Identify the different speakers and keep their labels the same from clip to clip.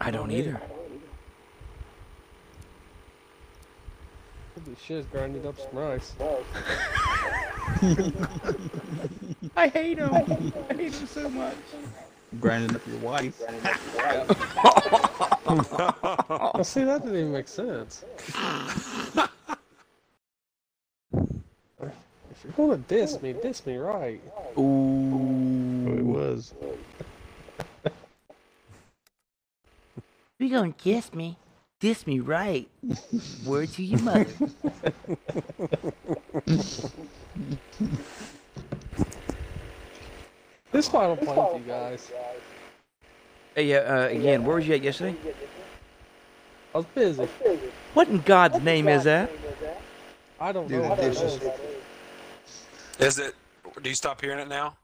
Speaker 1: either.
Speaker 2: Holy shit, grinding up some rice.
Speaker 3: I hate him. I hate him so much.
Speaker 1: Grinding up your wife.
Speaker 2: Oh, see, that didn't even make sense. if you're gonna diss me, diss me right.
Speaker 1: Ooh.
Speaker 4: it was.
Speaker 3: You gonna kiss me? Kiss me right. Word to your mother.
Speaker 2: This final point, you guys.
Speaker 3: Hey, uh, uh, again, where was you at yesterday?
Speaker 2: I was busy.
Speaker 3: What in God's name is that?
Speaker 2: I don't
Speaker 1: Dude,
Speaker 2: know. what that
Speaker 1: this is-
Speaker 2: is.
Speaker 5: Is it? Do you stop hearing it now?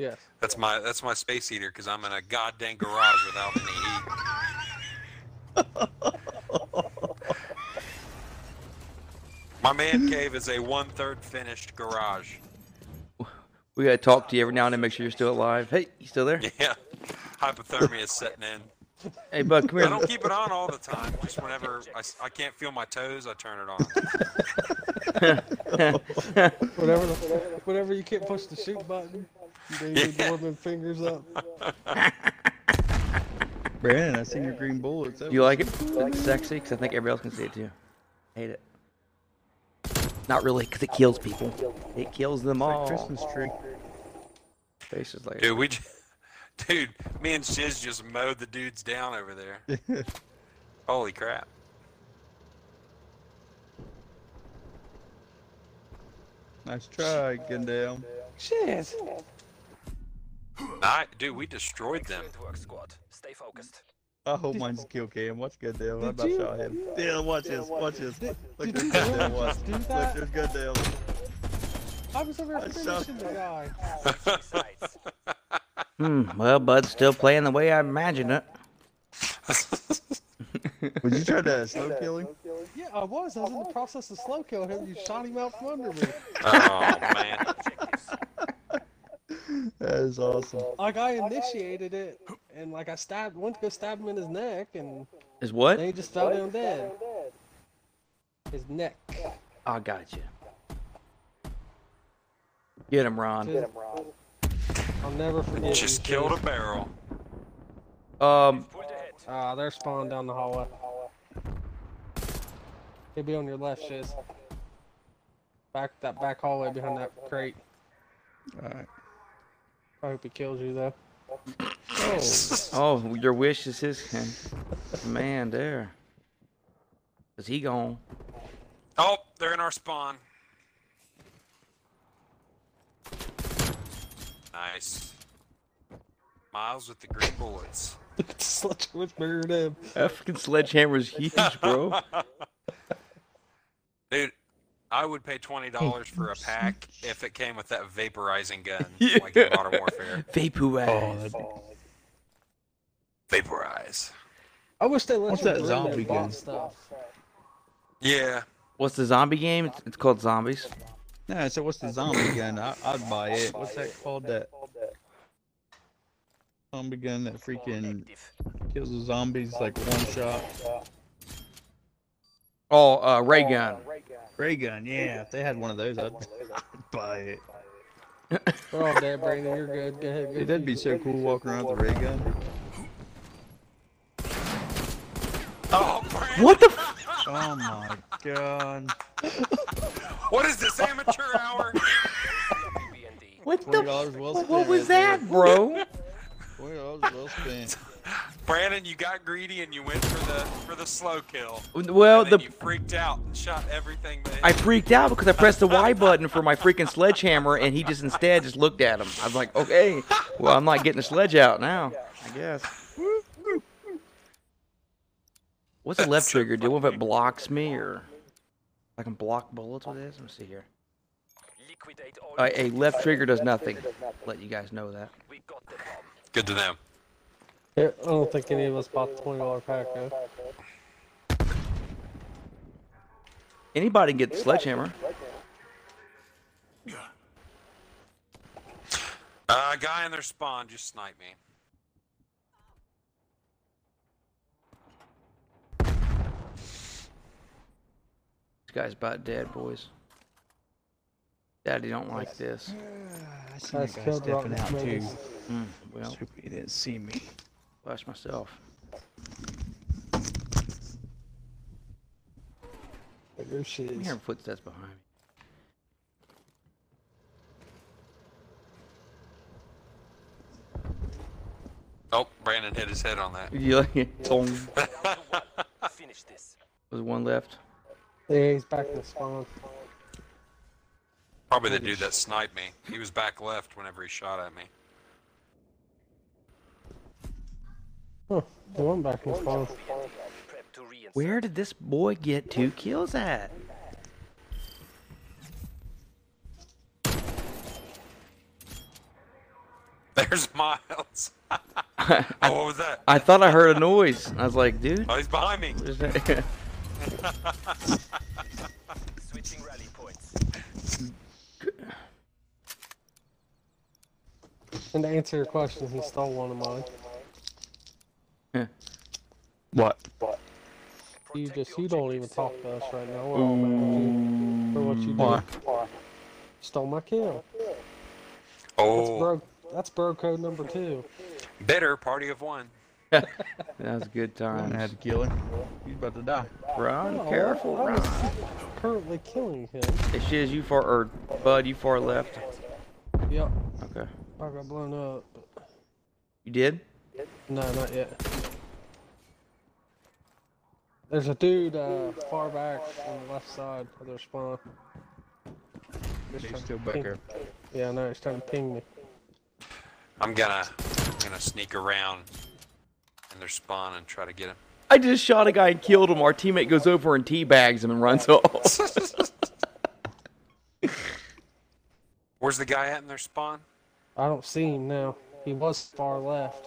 Speaker 2: Yes.
Speaker 5: That's my that's my space heater because I'm in a goddamn garage without any heat. My man cave is a one third finished garage.
Speaker 3: We gotta talk to you every now and then, make sure you're still alive. Hey, you still there?
Speaker 5: Yeah, hypothermia is setting in.
Speaker 3: Hey, Bud, come
Speaker 5: I
Speaker 3: here.
Speaker 5: don't keep it on all the time. Just whenever I, s- I can't feel my toes, I turn it on.
Speaker 2: Whenever, the, whenever you can't push the shoot button, you need
Speaker 5: Yeah.
Speaker 2: warming fingers up.
Speaker 1: Brandon, I seen your green bullets. That
Speaker 3: You
Speaker 1: was-
Speaker 3: like it? It's sexy, because I think everybody else can see it too. Hate it. Not really, because it kills people. It kills them
Speaker 1: like
Speaker 3: all.
Speaker 1: Christmas tree.
Speaker 3: Faces like
Speaker 5: Dude, we, j- dude, me and Shiz just mowed the dudes down over there. Holy crap!
Speaker 1: Nice try, Gendale.
Speaker 2: Shit.
Speaker 5: I, dude, we destroyed them.
Speaker 1: I hope mine's kill cam. Watch Gendale. I
Speaker 2: Did
Speaker 1: about
Speaker 2: you-
Speaker 1: shot him. Damn, watch this. Watch this. Look,
Speaker 2: did
Speaker 1: there's
Speaker 2: you
Speaker 1: Gendale.
Speaker 2: really
Speaker 1: Watch.
Speaker 2: just do
Speaker 1: Look,
Speaker 2: that?
Speaker 1: there's Gendale.
Speaker 2: I was over
Speaker 1: I
Speaker 2: here
Speaker 1: saw-
Speaker 2: finishing the guy.
Speaker 3: Hmm, well, Bud's still playing the way I imagined it.
Speaker 1: Would you try to slow kill him?
Speaker 2: Yeah, I was. I was in the process of slow killing him. You shot him out from under me.
Speaker 5: Oh man.
Speaker 1: That is awesome.
Speaker 2: Like I initiated it, and like I stabbed, went to go stab him in his neck, and
Speaker 3: Is
Speaker 2: then
Speaker 3: what?
Speaker 2: he just fell down dead. His neck.
Speaker 3: I got you. Get him, Ron.
Speaker 2: Just- I'll never forget.
Speaker 5: Just killed a barrel.
Speaker 3: Um,
Speaker 2: Ah, they're spawned down the hallway. He'll be on your left, Shiz. Back that back hallway behind that crate.
Speaker 1: Alright.
Speaker 2: I hope he kills you though.
Speaker 3: oh, your wish is his. Man, there. Is he gone?
Speaker 5: Oh, they're in our spawn. Nice. Miles with the green bullets.
Speaker 2: Sledge was murdered him.
Speaker 3: That fucking sledgehammer is huge, bro.
Speaker 5: Dude, I would pay twenty dollars for a pack if it came with that vaporizing gun, like in
Speaker 3: Yeah.
Speaker 5: Modern Warfare.
Speaker 4: Oh,
Speaker 3: Vaporize.
Speaker 4: that'd be-
Speaker 5: Vaporize.
Speaker 2: I wish they let
Speaker 4: What's
Speaker 2: you
Speaker 4: that
Speaker 2: bring their
Speaker 4: zombie
Speaker 2: bot
Speaker 4: gun?
Speaker 2: stuff.
Speaker 5: Yeah.
Speaker 3: What's the zombie game? It's, it's called Zombies.
Speaker 1: Nah, so what's the zombie gun? I, I'd buy it. What's that called? That zombie gun that freaking kills the zombies like one shot.
Speaker 3: Oh, uh, ray gun.
Speaker 1: Ray gun, yeah. If they had one of those, I'd buy it.
Speaker 2: We're all dead, Brandon. You're good. Go ahead. Go
Speaker 1: Dude, that'd be so cool walking around with a ray gun.
Speaker 5: Oh, Brandon,
Speaker 3: What the? F-
Speaker 1: Oh my god.
Speaker 5: what is this amateur hour?
Speaker 3: what the?
Speaker 1: Twenty
Speaker 3: F-
Speaker 1: dollars well spent.
Speaker 3: what
Speaker 1: right
Speaker 3: was
Speaker 1: there.
Speaker 3: that, bro?
Speaker 1: Twenty dollars well spent.
Speaker 5: Brandon, you got greedy and you went for the for the slow kill.
Speaker 3: Well,
Speaker 5: and then
Speaker 3: the
Speaker 5: you freaked out and shot everything. That
Speaker 3: I freaked out because I pressed the Y button for my freaking sledgehammer, and he just instead just looked at him. I was like, okay, well, I'm not getting the sledge out now, I guess. What's the left trigger do? What if it blocks me, or I can block bullets with this? Let me see here. Uh, a left trigger does nothing. Let you guys know that.
Speaker 5: Good to them.
Speaker 2: Yeah, I don't think any of us bought the twenty dollar pack though.
Speaker 3: Anybody can get the sledgehammer.
Speaker 5: Uh, guy in their spawn just sniped me.
Speaker 3: This guy's about dead, boys. Daddy don't like this.
Speaker 1: Ah, I seen
Speaker 2: That's
Speaker 1: that guy
Speaker 2: killed
Speaker 1: stepping
Speaker 2: Rotten
Speaker 1: out too.
Speaker 2: Tomatoes.
Speaker 3: Mm, well,
Speaker 1: Hope he didn't see me.
Speaker 3: flash myself.
Speaker 2: But your shit
Speaker 3: I'm
Speaker 2: is-
Speaker 3: hearing footsteps behind me.
Speaker 5: Oh, Brandon hit his head on that.
Speaker 3: Yeah, yeah, tong.
Speaker 4: Finish this.
Speaker 3: There's one left.
Speaker 2: Yeah, he's back in the spawn.
Speaker 5: Probably the dude that sniped me. He was back left whenever he shot at me.
Speaker 2: Huh. The one back in the spawn.
Speaker 4: Prep to reinsert.
Speaker 3: Where did this boy get two kills at?
Speaker 5: There's Miles. oh, what was that?
Speaker 3: I thought I heard a noise. I was like, dude.
Speaker 5: Oh, he's behind me.
Speaker 3: what is that?
Speaker 4: Switching rally points.
Speaker 2: And to answer your question, he stole one of mine.
Speaker 1: What?
Speaker 2: You
Speaker 4: Protect
Speaker 2: just
Speaker 4: the
Speaker 2: you don't even
Speaker 4: objectives.
Speaker 2: talk to us right now. We're all mad at you for what you did.
Speaker 1: Why?
Speaker 2: Stole my kill. That's
Speaker 5: Oh,
Speaker 2: bro. That's bro code number two.
Speaker 5: bitter party of one.
Speaker 3: that was good
Speaker 1: I had
Speaker 3: times.
Speaker 1: to kill him. He's about to die.
Speaker 3: Ron, careful,
Speaker 2: Oh, I
Speaker 3: Ron.
Speaker 2: was currently killing him.
Speaker 3: Hey, Shiz, you far or Bud, you far left.
Speaker 2: Yep.
Speaker 3: Okay.
Speaker 2: I got blown up. but-
Speaker 3: You did?
Speaker 2: No, not yet. There's a dude uh, far back on the left side of their spawn. Just
Speaker 1: He's
Speaker 2: trying to
Speaker 1: still back
Speaker 2: ping-
Speaker 1: there.
Speaker 2: Yeah, I know. He's trying to ping me.
Speaker 5: I'm gonna, I'm gonna sneak around in their spawn and try to get him.
Speaker 3: I just shot a guy and killed him. Our teammate goes over and teabags him and runs off.
Speaker 5: Where's the guy at in their spawn?
Speaker 2: I don't see him now. He was far left.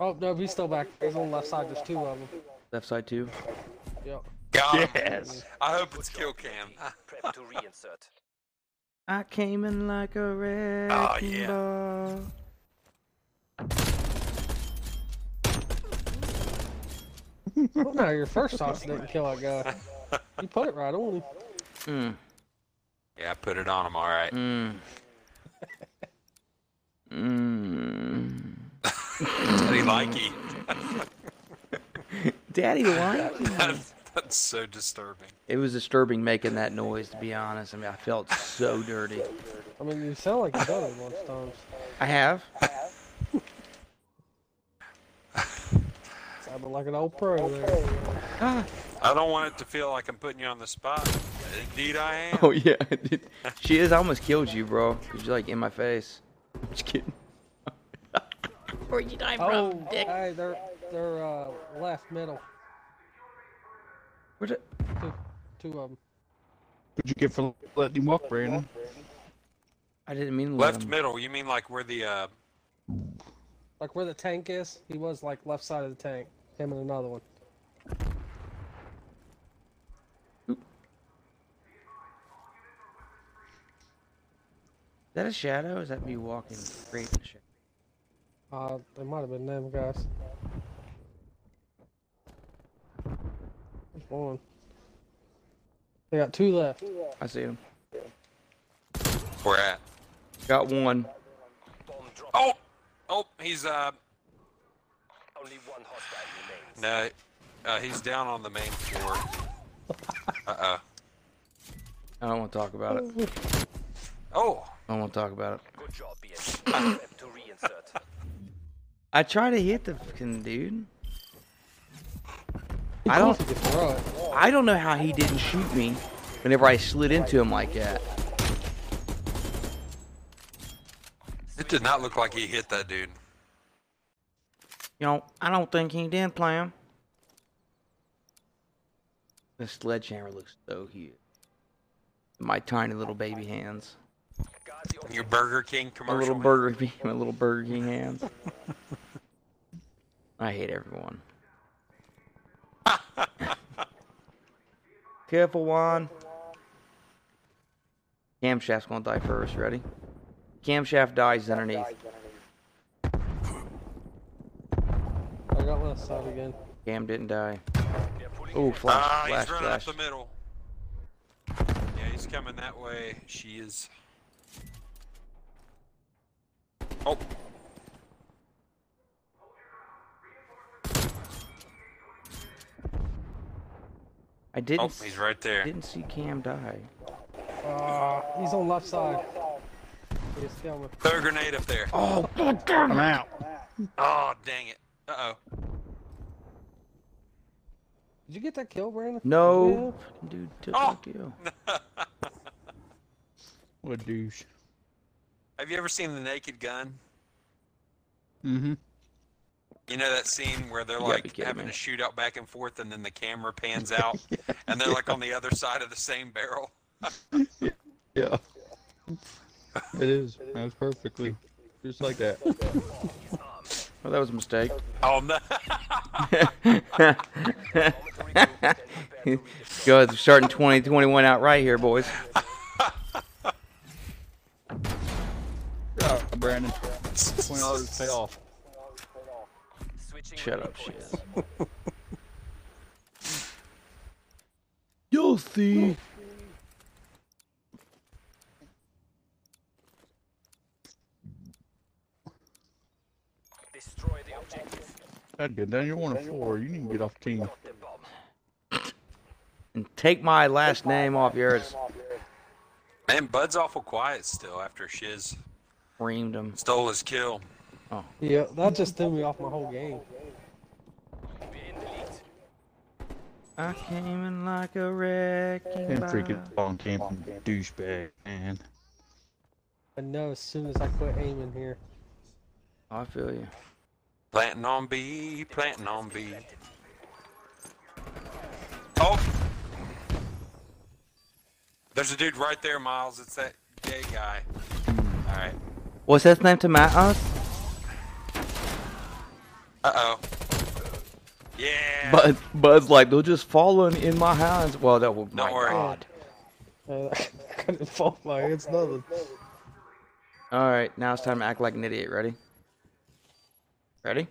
Speaker 2: Oh no, he's still back. He's on the left side. There's two of them.
Speaker 3: Left side too.
Speaker 2: Yep.
Speaker 5: Got him.
Speaker 1: Yes.
Speaker 5: I hope it's kill cam.
Speaker 4: Prep to reinsert.
Speaker 3: I came in like a red
Speaker 4: Ah,
Speaker 5: Oh, yeah.
Speaker 3: ball.
Speaker 2: Well, Oh, no, your first toss didn't kill that guy. You put it right on him.
Speaker 3: Mm,
Speaker 5: Yeah, I put it on him. All right.
Speaker 3: mm. Mm.
Speaker 5: Daddy likey.
Speaker 3: Daddy like
Speaker 5: That's, that's so disturbing.
Speaker 3: It was disturbing making that noise, to be honest. I mean, I felt so dirty.
Speaker 2: I mean, you sound like you've done it once times.
Speaker 3: I have.
Speaker 2: Sounded like an old pro there.
Speaker 3: Ah.
Speaker 5: I don't want it to feel like I'm putting you on the spot. Indeed, I am.
Speaker 3: Oh, yeah. she is. I almost killed you, bro. Because you're like in my face. I'm just kidding.
Speaker 2: Oh, hey, they're they're uh, left middle.
Speaker 3: Where'd I-
Speaker 2: Two, two of them.
Speaker 1: What'd you get for letting him walk, Brandon?
Speaker 3: I didn't mean to let
Speaker 5: Left
Speaker 3: him-
Speaker 5: middle. You mean like where the uh,
Speaker 2: Like where the tank is, he was like left side of the tank. Him and another one.
Speaker 3: Is that a shadow? Is that me walking straight in the shadow?
Speaker 2: Uh, it might have been them guys. There's one. They got two left.
Speaker 3: I see him.
Speaker 5: we're at?
Speaker 3: Got one.
Speaker 4: Bomb drop.
Speaker 5: Oh, oh, he's uh,
Speaker 4: Only one hostile remains.
Speaker 5: no, uh, he's down on the main floor. Uh oh.
Speaker 3: I don't want to talk about it.
Speaker 5: Oh,
Speaker 3: I don't want to talk about it.
Speaker 4: Good job, BS. Prep to reinsert.
Speaker 3: I try to hit the fucking dude.
Speaker 2: He
Speaker 3: I don't.
Speaker 2: wanted to throw it.
Speaker 3: I don't know how he didn't shoot me whenever I slid into him like that.
Speaker 5: it did not look like he hit that dude.
Speaker 3: You know, I don't think he did play him. The sledgehammer looks so huge. My tiny little baby hands.
Speaker 4: Guard the
Speaker 5: Your Burger King
Speaker 3: My
Speaker 5: commercial.
Speaker 3: little Burger King, my little Burger King hands. I hate everyone. Careful, Juan. Camshaft's gonna die first. Ready? Camshaft dies underneath.
Speaker 2: I got left side again.
Speaker 3: Cam didn't die.
Speaker 4: They're pulling
Speaker 3: Oh,
Speaker 4: ahead.
Speaker 3: flash,
Speaker 5: Ah,
Speaker 3: flash,
Speaker 5: he's running
Speaker 3: flash.
Speaker 5: up the middle. Yeah, he's coming that way. She is. Oh.
Speaker 3: I didn't.
Speaker 5: Oh, he's right there.
Speaker 3: Didn't see Cam die.
Speaker 2: Uh, he's on left side. He's coming.
Speaker 5: Throw a grenade up there. Oh,
Speaker 1: I'm out.
Speaker 5: dang it. Uh oh.
Speaker 2: Did you get that kill, Brandon?
Speaker 3: No, fucking dude took
Speaker 5: Oh.
Speaker 3: the kill.
Speaker 1: What a douche.
Speaker 5: Have you ever seen The Naked Gun?
Speaker 1: Mm-hmm.
Speaker 5: You know that scene where they're
Speaker 3: You gotta be
Speaker 5: like
Speaker 3: kidding
Speaker 5: having
Speaker 3: me.
Speaker 5: a shootout back and forth, and then the camera pans out, and they're like on the other side of the same barrel.
Speaker 1: Yeah. It is. That was perfectly. Just like that.
Speaker 3: Well, that was a mistake.
Speaker 5: Oh no!
Speaker 3: Go ahead, starting 2021 out right here, boys.
Speaker 1: Oh, Brandon. Twenty dollars pay off.
Speaker 4: Switching
Speaker 3: Shut
Speaker 4: relay
Speaker 3: up,
Speaker 4: points.
Speaker 3: shiz. You'll see.
Speaker 4: Destroy the objective.
Speaker 1: That good. Daniel, you're one of four. You need to get off the team.
Speaker 4: The bomb.
Speaker 3: And take my last name off yours.
Speaker 5: Man, Bud's awful quiet still after Shiz
Speaker 3: Reamed him.
Speaker 5: stole his kill.
Speaker 2: Yeah, that just threw me off my whole game.
Speaker 4: We're in the lead.
Speaker 3: I came in like a wrecking
Speaker 1: And
Speaker 3: ball.
Speaker 1: freaking long camping douchebag, man.
Speaker 2: I know as soon as I quit aiming here.
Speaker 3: I feel you.
Speaker 5: Planting on B, planting on B. Oh! There's a dude right there, Miles. It's that gay guy. Alright.
Speaker 3: What's his name to my us?
Speaker 5: Uh oh. Yeah!
Speaker 3: Bud, Bud's like, they're just falling in my hands. Well, that was my
Speaker 5: worry.
Speaker 3: God.
Speaker 2: Uh, I couldn't fault my it's nothing.
Speaker 3: All right, now it's time to act like an idiot. Ready? Ready?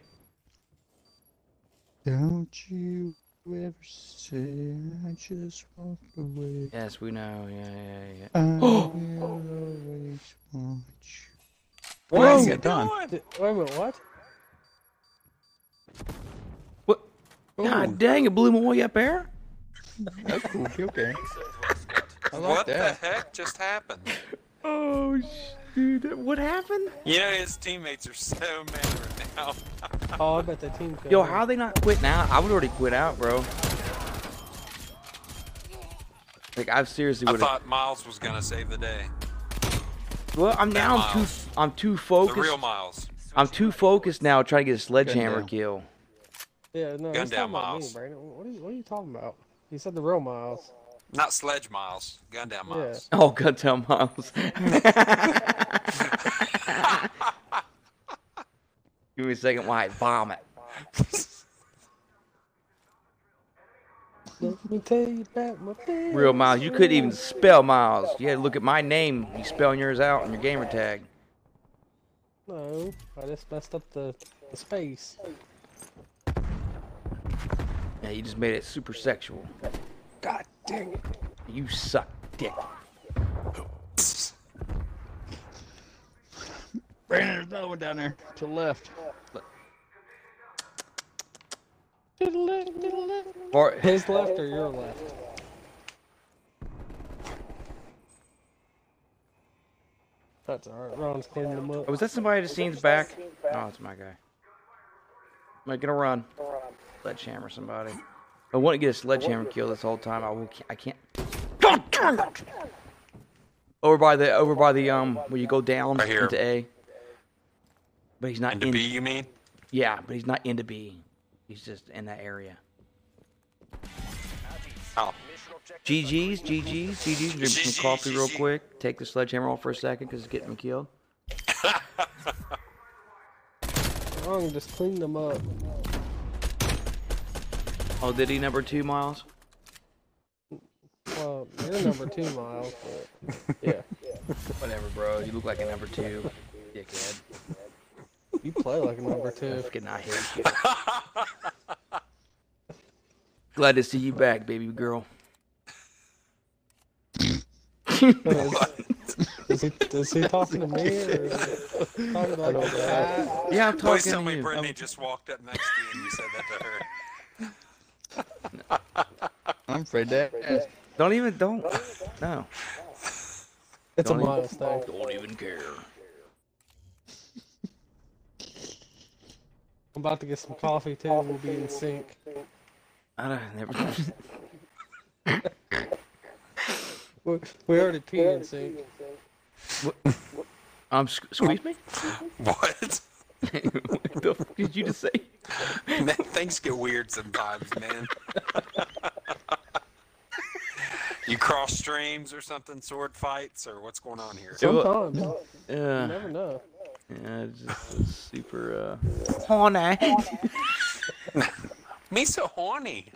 Speaker 1: Don't you ever say I just walked away.
Speaker 3: Yes, we know. Yeah, yeah, yeah.
Speaker 1: I will always want you.
Speaker 2: What
Speaker 1: Whoa,
Speaker 2: is
Speaker 1: you're done.
Speaker 2: Wait a minute, what?
Speaker 3: What? Oh. God dang, it blew my way up air.
Speaker 1: That's cool. Okay. I like
Speaker 5: what
Speaker 1: that.
Speaker 5: the heck just happened?
Speaker 3: Oh, sh- dude, what happened?
Speaker 5: You know, his teammates are so mad right now.
Speaker 2: Oh, I bet the team.
Speaker 3: Yo, how they not quitting out? I would already quit out, bro. Like I've seriously
Speaker 5: I
Speaker 3: would. have
Speaker 5: thought Miles was gonna save the day.
Speaker 3: Well, I'm now I'm too
Speaker 5: Miles.
Speaker 3: I'm too
Speaker 5: The
Speaker 3: focused.
Speaker 5: real Miles.
Speaker 3: I'm too focused now trying to get a sledgehammer
Speaker 1: down.
Speaker 3: kill.
Speaker 2: Yeah, no,
Speaker 5: Gun
Speaker 2: he's talking
Speaker 5: down,
Speaker 2: about me,
Speaker 5: Miles.
Speaker 2: Brandon. What are, you, what are you talking about? He said the real Miles.
Speaker 5: Not Sledge Miles. Gun down
Speaker 2: Yeah.
Speaker 5: Miles.
Speaker 3: Oh, God, tell Miles. Give me a second while I vomit.
Speaker 2: Let me tell you about my feelings.
Speaker 3: Real Miles, you couldn't even spell Miles. You had to look at my name, you spelling yours out on your gamer tag.
Speaker 2: No, I just messed up the, the space.
Speaker 3: Yeah, you just made it super sexual.
Speaker 2: God dang it.
Speaker 3: You suck dick.
Speaker 1: Brandon, there's another one down there to the left.
Speaker 2: To the left, to the left.
Speaker 3: Or,
Speaker 2: His left or your left? That's alright. Ron's cleaning them up.
Speaker 3: was that somebody just seen his back? No, it's my guy. Making a run. Sledgehammer somebody. I want to get a sledgehammer kill this whole time. I will. I can't. God damn it! Over by the over by the um where you go down
Speaker 5: Right here.
Speaker 3: into A. But he's not
Speaker 5: And to
Speaker 3: in.
Speaker 5: B, you mean?
Speaker 3: Yeah, but he's not into B. He's just in that area.
Speaker 5: Oh.
Speaker 3: GG's, GG's, GG's. Drink some
Speaker 5: GG's,
Speaker 3: coffee real
Speaker 5: GG.
Speaker 3: quick. Take the sledgehammer off for a second because it's getting me killed.
Speaker 2: Ron just cleaned them up.
Speaker 3: Oh, did he number two miles?
Speaker 2: Well, you're number two, Miles. But yeah,
Speaker 3: Whatever, bro. You look like a number two, dickhead.
Speaker 2: you play like a number two.
Speaker 3: Fucking I hate you. Glad to see you back, baby girl.
Speaker 2: Is he, is he talking to me or talking to like a cat?
Speaker 3: yeah, I'm
Speaker 5: Please
Speaker 3: talking
Speaker 5: tell
Speaker 3: to
Speaker 5: me
Speaker 3: you.
Speaker 5: Brittany just walked up next to you and you said that to her.
Speaker 1: I'm afraid that.
Speaker 3: Don't even don't. No.
Speaker 2: It's a
Speaker 3: Don't even-
Speaker 2: modest thing.
Speaker 3: Don't even care.
Speaker 2: I'm about to get some coffee too. We'll be in sync.
Speaker 3: I don't never.
Speaker 2: We we already pee in sync.
Speaker 3: Um, sc- squeeze me. what
Speaker 5: What?
Speaker 3: the fuck did you just say?
Speaker 5: Man, things get weird sometimes, man. you cross streams or something, sword fights, or what's going on here?
Speaker 3: Do it.
Speaker 2: Sometimes you
Speaker 3: Uh,
Speaker 2: never know.
Speaker 3: yeah, it's just a super uh. Horny.
Speaker 5: Me so horny.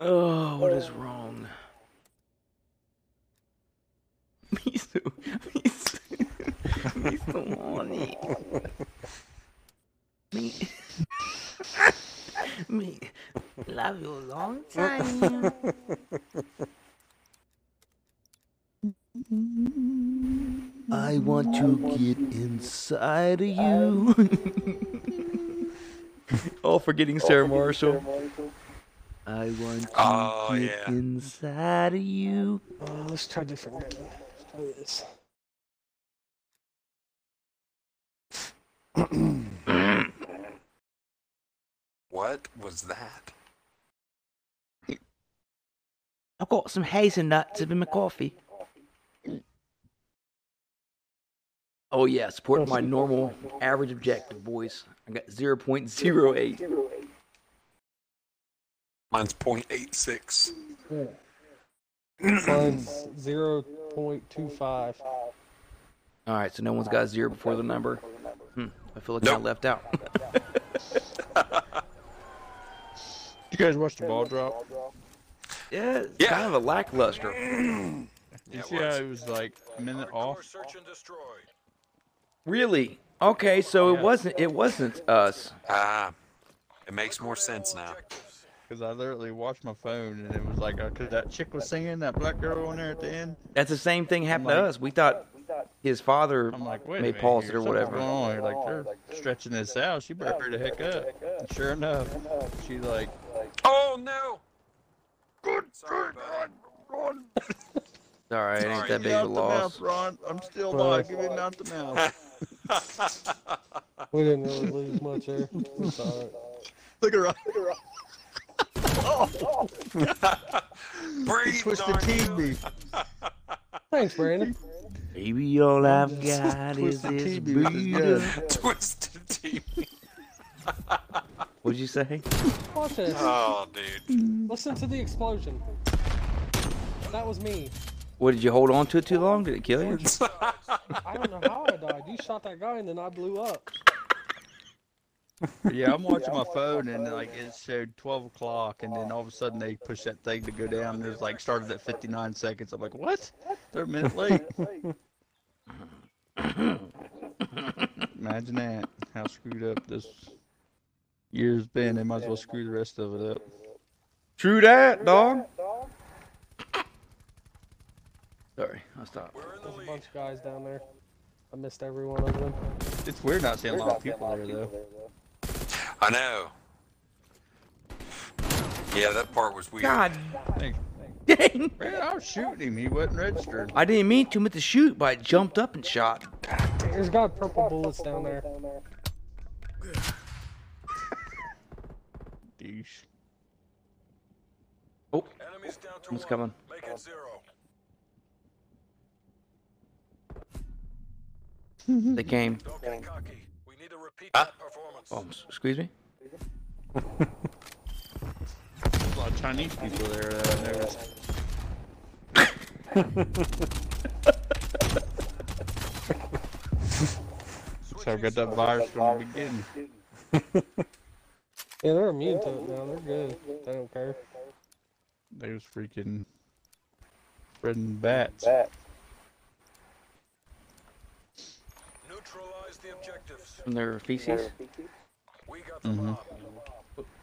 Speaker 3: oh, what is wrong? Me so. Me so. Me so horny. Me. me. Love you long time. I want to get inside of you. All forgetting Sarah Marshall. I want to
Speaker 5: Oh,
Speaker 3: get
Speaker 5: yeah.
Speaker 3: inside of you.
Speaker 2: Uh, let's try different. Let's try this.
Speaker 5: What was that?
Speaker 3: I've got some hazelnuts in my coffee. Oh yeah, support my normal average objective, boys. I got 0.08.
Speaker 5: Mine's 0.86.
Speaker 2: Mine's zero point two five.
Speaker 3: All right, so no one's got zero before the number. Hmm, I feel like I
Speaker 5: Nope.
Speaker 3: left out.
Speaker 1: You guys watched the ball drop?
Speaker 3: yeah, it's
Speaker 5: Yeah.
Speaker 3: kind of a lackluster.
Speaker 1: You
Speaker 5: Yeah, it
Speaker 1: see how
Speaker 5: was.
Speaker 1: it was like a minute off?
Speaker 3: Really? Okay, so it wasn't. It wasn't us.
Speaker 5: Ah, it makes more sense now.
Speaker 1: Because I literally watched my phone and it was like, because that chick was singing, that black girl on there at the end.
Speaker 3: That's the same thing happened to
Speaker 1: Like-
Speaker 3: us. We thought his father
Speaker 1: I'm like, wait, a
Speaker 3: may
Speaker 1: minute,
Speaker 3: pause it
Speaker 1: here,
Speaker 3: or
Speaker 1: something's Going
Speaker 3: whatever.
Speaker 1: on. here, Like they're stretching this out. She better hurry the heck up. And sure enough, she like,
Speaker 5: Oh no! Good, Sorry, bud.
Speaker 1: Ron,
Speaker 3: It's All right, ain't that
Speaker 5: Sorry,
Speaker 1: get
Speaker 3: big of a
Speaker 1: out the mouth,
Speaker 3: loss.
Speaker 1: Ron. I'm still
Speaker 2: Well-
Speaker 1: alive. Give me out the mouth.
Speaker 2: We didn't really lose much there. It's alright.
Speaker 1: Look at Ron.
Speaker 5: Breathe,
Speaker 1: Twisted
Speaker 5: darn you.
Speaker 1: TV.
Speaker 2: Thanks, Brandon.
Speaker 3: Baby, all I've got is
Speaker 1: Twisted
Speaker 3: this
Speaker 1: TV with his
Speaker 3: Buddha.
Speaker 1: gun.
Speaker 5: Twisted TV.
Speaker 3: What'd you say?
Speaker 2: Watch this.
Speaker 5: Oh, dude.
Speaker 2: Listen to the explosion. That was me.
Speaker 3: What did you hold on to it too long? Did it kill you?
Speaker 2: I don't know how I died. You shot that guy and then I blew up.
Speaker 1: Yeah, I'm watching my phone and like it showed 12 o'clock, and then all of a sudden they pushed that thing to go down. And it was like started at 59 seconds. I'm like, what? They're a minute late. Imagine that. How screwed up this year's been. They might as well screw the rest of it up.
Speaker 3: True that, dog. Sorry, I'll stop.
Speaker 2: There's a bunch of guys down there. I missed every one of them.
Speaker 1: It's weird not seeing a lot of people there though.
Speaker 5: I know. Yeah, that part was weird.
Speaker 3: God
Speaker 1: Like,
Speaker 3: dang!
Speaker 1: man, I was shooting him. He wasn't registered.
Speaker 3: I didn't mean to meant to shoot, but I jumped up and shot.
Speaker 2: There's got purple bullets down there.
Speaker 1: Douche.
Speaker 3: Oh,
Speaker 4: Enemies down to
Speaker 3: It's
Speaker 4: one.
Speaker 3: coming.
Speaker 4: Make it zero.
Speaker 3: they came.
Speaker 4: Don't get cocky. We need to repeat
Speaker 5: Huh?
Speaker 4: that performance.
Speaker 3: Oh, s- excuse me.
Speaker 1: There's a lot of Chinese people there. Though, I noticed. So I got that virus from the beginning.
Speaker 2: Yeah, they're immune to it now. They're good. They don't care.
Speaker 1: They was freaking spreading bats.
Speaker 4: Neutralize the objectives.
Speaker 3: From their feces. Mm-hmm.
Speaker 4: We got the
Speaker 1: Mhm.
Speaker 4: bomb.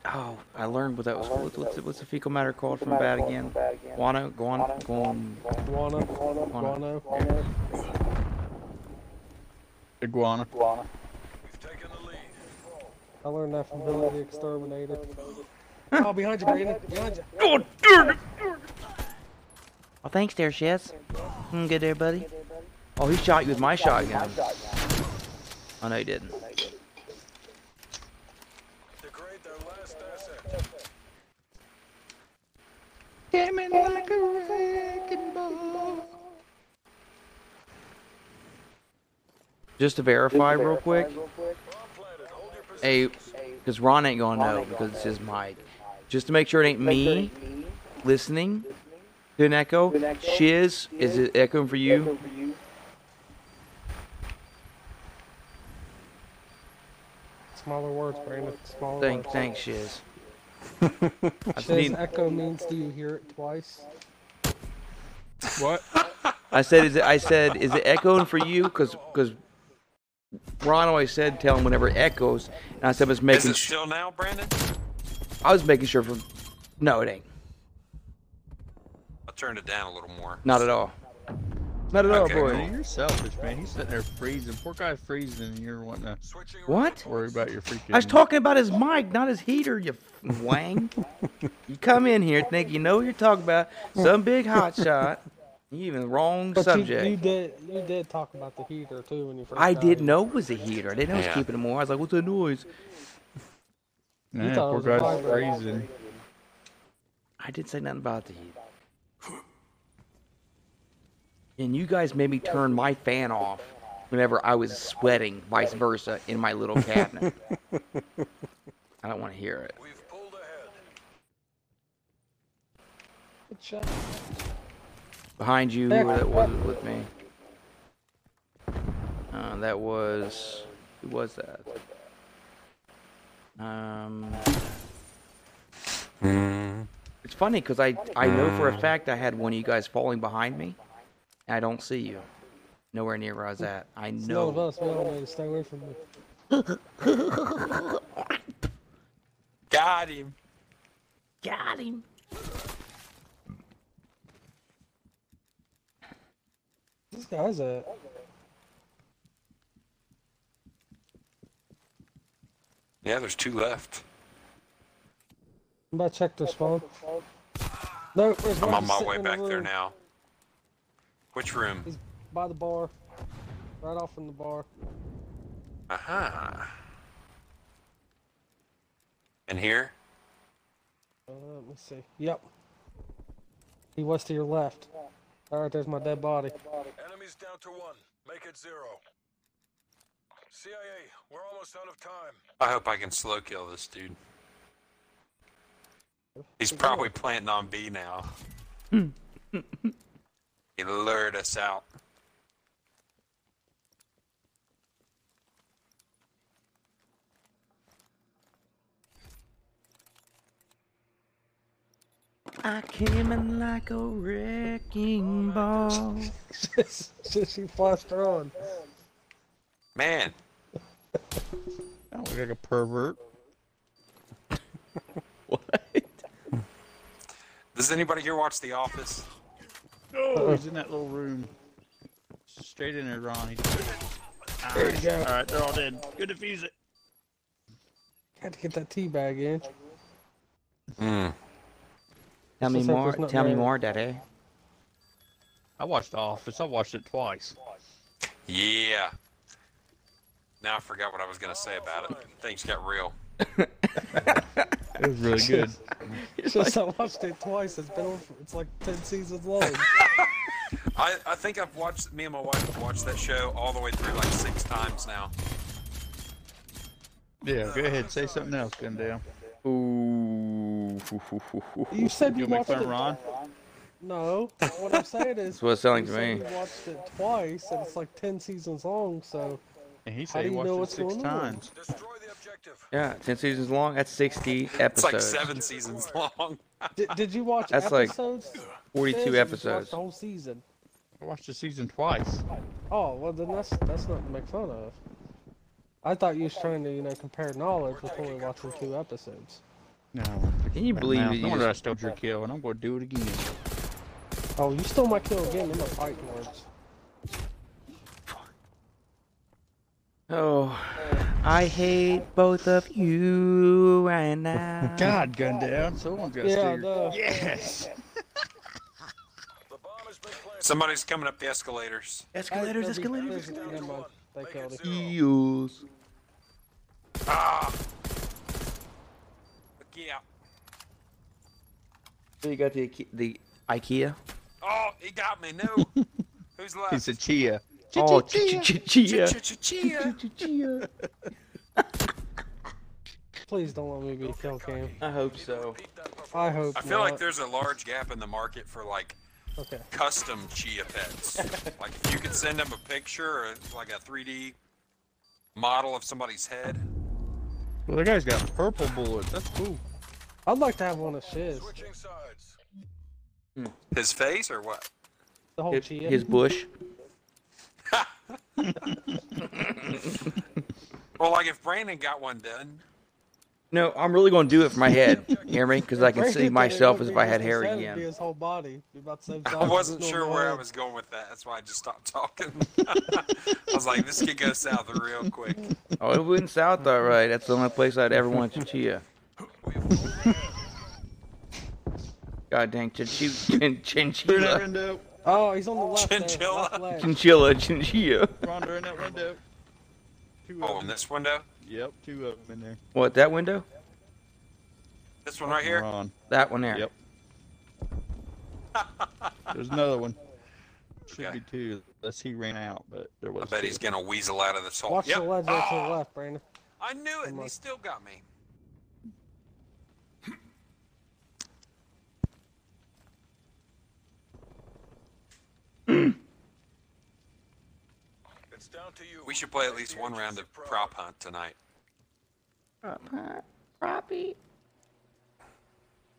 Speaker 3: Oh, I learned what that was. What's, what's, what's the fecal matter called from
Speaker 6: Matter
Speaker 3: bat
Speaker 6: called
Speaker 3: again?
Speaker 6: from bat again.
Speaker 3: Guano, guano, guan.
Speaker 2: Guano, guano,
Speaker 3: Guano.
Speaker 2: guano.
Speaker 1: Iguana.
Speaker 6: Guana.
Speaker 4: We've taken the lead.
Speaker 2: I learned that from Billy the Exterminator. oh, behind you, Brandon. Behind you.
Speaker 3: God darn it! Well, thanks there, Chess. Mm, good there, buddy. Oh, he shot you with my shotgun. Oh, no, he didn't.
Speaker 4: Degrade their last asset.
Speaker 1: Came in like a wrecking ball.
Speaker 3: Just to verify real quick,
Speaker 4: Bomb planted. Hold your position.
Speaker 3: hey, because Ron ain't gonna know because it's his mic. Just to make sure it ain't me
Speaker 6: Me.
Speaker 3: listening to an echo.
Speaker 6: To an echo.
Speaker 3: Shiz, is it echoing for you?
Speaker 6: For you.
Speaker 2: Smaller words, Brandon. Smaller
Speaker 3: Thank,
Speaker 2: words.
Speaker 3: thanks, Shiz. I just
Speaker 2: Says
Speaker 3: need-
Speaker 2: echo means do you hear it twice?
Speaker 1: What?
Speaker 3: I said, is it? I said, is it echoing for you? Because because Ron always said, tell him whenever it echoes. And I said, I was
Speaker 5: Is
Speaker 3: making,
Speaker 5: it
Speaker 3: sh-
Speaker 5: still now, Brandon?
Speaker 3: I was making sure for. No, it ain't.
Speaker 5: I turned it down a little more.
Speaker 3: Not at all. Not at all,
Speaker 5: Okay,
Speaker 3: boy.
Speaker 5: cool.
Speaker 1: Man, you're selfish, man. He's sitting there freezing. Poor guy freezing, and you're wanting to
Speaker 4: Switching
Speaker 3: What?
Speaker 1: worry about your freaking.
Speaker 3: I was talking about his mic, not his heater. You wang. you come in here think you know what you're talking about. Some big hot shot. You even wrong
Speaker 2: But you,
Speaker 3: subject.
Speaker 2: you did you did talk about the heater too when you first.
Speaker 3: I
Speaker 2: got
Speaker 3: didn't
Speaker 2: here.
Speaker 3: know it was a heater. I didn't know it was
Speaker 5: Yeah.
Speaker 3: keeping it warm. I was like, what's that noise?
Speaker 1: Man,
Speaker 2: thought it
Speaker 1: poor
Speaker 2: was a
Speaker 1: guy's
Speaker 2: vibrator.
Speaker 1: freezing.
Speaker 3: I didn't say nothing about the heat. And you guys made me turn my fan off whenever I was sweating, vice versa, in my little cabinet. I don't want to hear it.
Speaker 4: We've pulled ahead.
Speaker 2: Good shot.
Speaker 3: Behind you, where that was it with me. Uh, that was. Who was that? Um, it's funny because I, I know for a fact I had one of you guys falling behind me. And I don't see you. Nowhere near where I was at. I
Speaker 2: It's
Speaker 3: know.
Speaker 2: none of us. We all need to stay away from you.
Speaker 5: Got him.
Speaker 3: Got him.
Speaker 2: This guy's a.
Speaker 5: Yeah, there's two left.
Speaker 2: I'm about to check this phone. No, there's
Speaker 5: I'm
Speaker 2: one just
Speaker 5: on my
Speaker 2: sitting
Speaker 5: way
Speaker 2: in the
Speaker 5: back there
Speaker 2: room
Speaker 5: now. Which room?
Speaker 2: By the bar, right off from the bar.
Speaker 5: Aha. Uh-huh. And here?
Speaker 2: Uh, let me see. Yep. He was to your left. All right, there's my dead body.
Speaker 4: Enemies down to one. Make it zero. CIA, we're almost out of time.
Speaker 5: I hope I can slow kill this dude. He's probably planting on B now. he lured us out.
Speaker 3: I came in like a wrecking ball.
Speaker 2: she flashed her on.
Speaker 5: Man,
Speaker 1: I don't look like a pervert.
Speaker 3: What?
Speaker 5: does anybody here watch The Office?
Speaker 1: Oh, he's in that little room. Straight in there, Ronnie.
Speaker 2: There you go.
Speaker 1: All right, they're all dead. Good defuse it.
Speaker 2: Had to get that tea bag in.
Speaker 5: Hmm.
Speaker 3: Tell me
Speaker 2: Just like
Speaker 3: more.
Speaker 2: there's not
Speaker 3: Tell me
Speaker 2: very-
Speaker 3: more, Daddy.
Speaker 1: I watched The Office. I watched it twice.
Speaker 5: Yeah. Now I forgot what I was gonna say about it. Things got real.
Speaker 1: It was really good.
Speaker 2: Since I watched it twice, it's been on for- it's like ten seasons long.
Speaker 5: I, I think I've watched me and my wife have watched that show all the way through like six times now.
Speaker 1: yeah, go ahead. Say something else, Gundale.
Speaker 3: Ooh.
Speaker 2: you said you
Speaker 1: You want to make
Speaker 2: watched
Speaker 1: fun
Speaker 2: it.
Speaker 1: of Ron?
Speaker 2: No, what I'm saying is
Speaker 3: That's what it's selling
Speaker 2: you
Speaker 3: to
Speaker 2: said
Speaker 3: me.
Speaker 2: you watched it twice, and it's like ten seasons long. So
Speaker 1: And he
Speaker 2: How
Speaker 1: said
Speaker 2: do
Speaker 1: he
Speaker 2: you know
Speaker 1: watched
Speaker 2: what's
Speaker 1: it six
Speaker 2: going on?
Speaker 1: times.
Speaker 4: Destroy the objective.
Speaker 3: Yeah, ten seasons long. That's sixty
Speaker 5: It's
Speaker 3: episodes.
Speaker 5: like seven seasons long.
Speaker 2: did, did you watch
Speaker 3: That's like
Speaker 2: episodes? Says you
Speaker 3: Forty-two
Speaker 2: just watched
Speaker 3: episodes.
Speaker 2: the whole season.
Speaker 1: I watched the season twice.
Speaker 2: Oh well, then that's that's not to make fun of. I thought you was trying to, you know, compare knowledge with only watching two episodes.
Speaker 1: No.
Speaker 3: Can you believe
Speaker 1: no,
Speaker 3: that you
Speaker 1: I'm gonna
Speaker 3: just-
Speaker 1: stole your kill, and I'm gonna do it again.
Speaker 2: Oh, you stole my kill again. I'm gonna fight words.
Speaker 3: Oh, I hate both of you right now.
Speaker 1: God, gun down. Someone's gonna
Speaker 2: Yeah,
Speaker 1: steal. your-
Speaker 2: duh.
Speaker 1: Yes.
Speaker 4: The bomb has been planted.
Speaker 5: Somebody's coming up the escalators.
Speaker 3: Escalators,
Speaker 2: That'd be
Speaker 3: escalators.
Speaker 2: crazy. Never mind. They killed it.
Speaker 3: Eels.
Speaker 5: Ah! Yeah.
Speaker 3: So you got the Ike- the IKEA.
Speaker 5: Oh, he got me. No. Who's left?
Speaker 1: He's a chia.
Speaker 3: Oh, chia. chia.
Speaker 5: Ch-ch-ch-chia.
Speaker 3: chia.
Speaker 2: Please don't let me be kill cam.
Speaker 3: I hope so.
Speaker 4: Repeat that
Speaker 2: I
Speaker 4: performance.
Speaker 2: hope
Speaker 5: I feel like
Speaker 2: not.
Speaker 5: there's a large gap in the market for like
Speaker 2: Okay.
Speaker 5: custom chia pets. like if you could send them a picture or like a 3D model of somebody's head.
Speaker 1: Well, the guy's got purple bullets. That's cool.
Speaker 2: I'd like to have one of Shiz.
Speaker 4: Switching sides.
Speaker 5: His face or what?
Speaker 2: The whole
Speaker 3: His,
Speaker 2: chia.
Speaker 3: his bush.
Speaker 5: Well, like if Brandon got one done.
Speaker 3: No, I'm really going to do it for my head. hear me? Because I can see
Speaker 2: Brandon
Speaker 3: myself
Speaker 2: did it
Speaker 3: as if
Speaker 2: with
Speaker 3: I had
Speaker 2: his
Speaker 3: hair
Speaker 2: insanity,
Speaker 3: again.
Speaker 2: His whole body. About the same
Speaker 5: I
Speaker 2: size as
Speaker 5: wasn't
Speaker 2: his
Speaker 5: sure
Speaker 2: little
Speaker 5: where I
Speaker 2: head.
Speaker 5: was going with that. That's why I just stopped talking. I was like, this could go south real quick.
Speaker 3: Oh, it went south all right. That's the only place I'd ever want chia. God dang, chinchilla, chin-
Speaker 1: Through that
Speaker 3: chinchilla,
Speaker 1: window.
Speaker 2: Oh, he's on the left. there,
Speaker 5: Chinchilla.
Speaker 2: left leg.
Speaker 3: chinchilla, chinchilla.
Speaker 1: Ron, during that window. Two
Speaker 5: Oh,
Speaker 1: of
Speaker 5: in
Speaker 1: them.
Speaker 5: this window?
Speaker 1: Yep, two of them in there.
Speaker 3: What that window?
Speaker 5: This one
Speaker 2: Uh,
Speaker 5: right here?
Speaker 1: Ron.
Speaker 3: That one there.
Speaker 1: Yep. There's another one. Should
Speaker 5: Okay.
Speaker 1: be two. Unless he ran out, but there was.
Speaker 5: I bet
Speaker 1: two.
Speaker 5: he's going to weasel out of this hole.
Speaker 2: Watch
Speaker 5: Yep.
Speaker 2: the ledge right to the
Speaker 5: Ah!
Speaker 2: left, Brandon.
Speaker 5: I knew it, and he
Speaker 2: Look.
Speaker 5: still got me.
Speaker 4: It's down to you.
Speaker 5: We should play at least one round of prop hunt tonight.
Speaker 3: Roppy.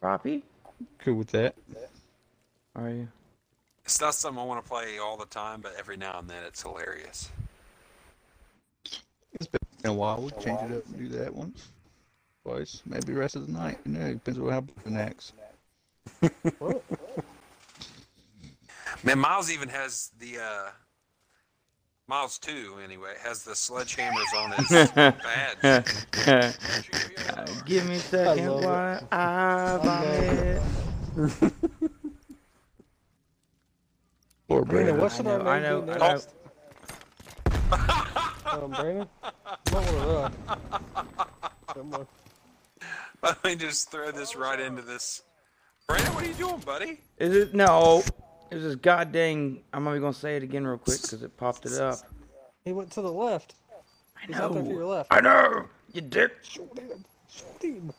Speaker 3: Roppy.
Speaker 1: cool with that.
Speaker 3: Are you?
Speaker 5: It's not something I want to play all the time, but every now and then it's hilarious.
Speaker 1: In a while, we'll change it up and do that once, twice, maybe rest of the night. You know, depends on what happens next.
Speaker 5: Man, Miles even has the uh Miles two anyway has the sledgehammers on his badge.
Speaker 3: Give me a second
Speaker 2: I love it.
Speaker 3: one. I vomit.
Speaker 1: Or
Speaker 2: Brandon,
Speaker 1: Brandon.
Speaker 2: what should
Speaker 3: I
Speaker 2: I,
Speaker 3: know, I
Speaker 2: name
Speaker 3: know,
Speaker 2: you
Speaker 3: I
Speaker 2: next? um, Brandon? I'm not gonna run. Come on.
Speaker 5: Let me just throw this right into this. Brandon, what are you doing, buddy?
Speaker 3: Is it no? It was this god dang. I'm not even gonna say it again real quick because it popped it up.
Speaker 2: He went to the left.
Speaker 3: I
Speaker 2: He's out there to your
Speaker 3: know.
Speaker 2: left.
Speaker 3: I know. You dick.
Speaker 2: Shoot him.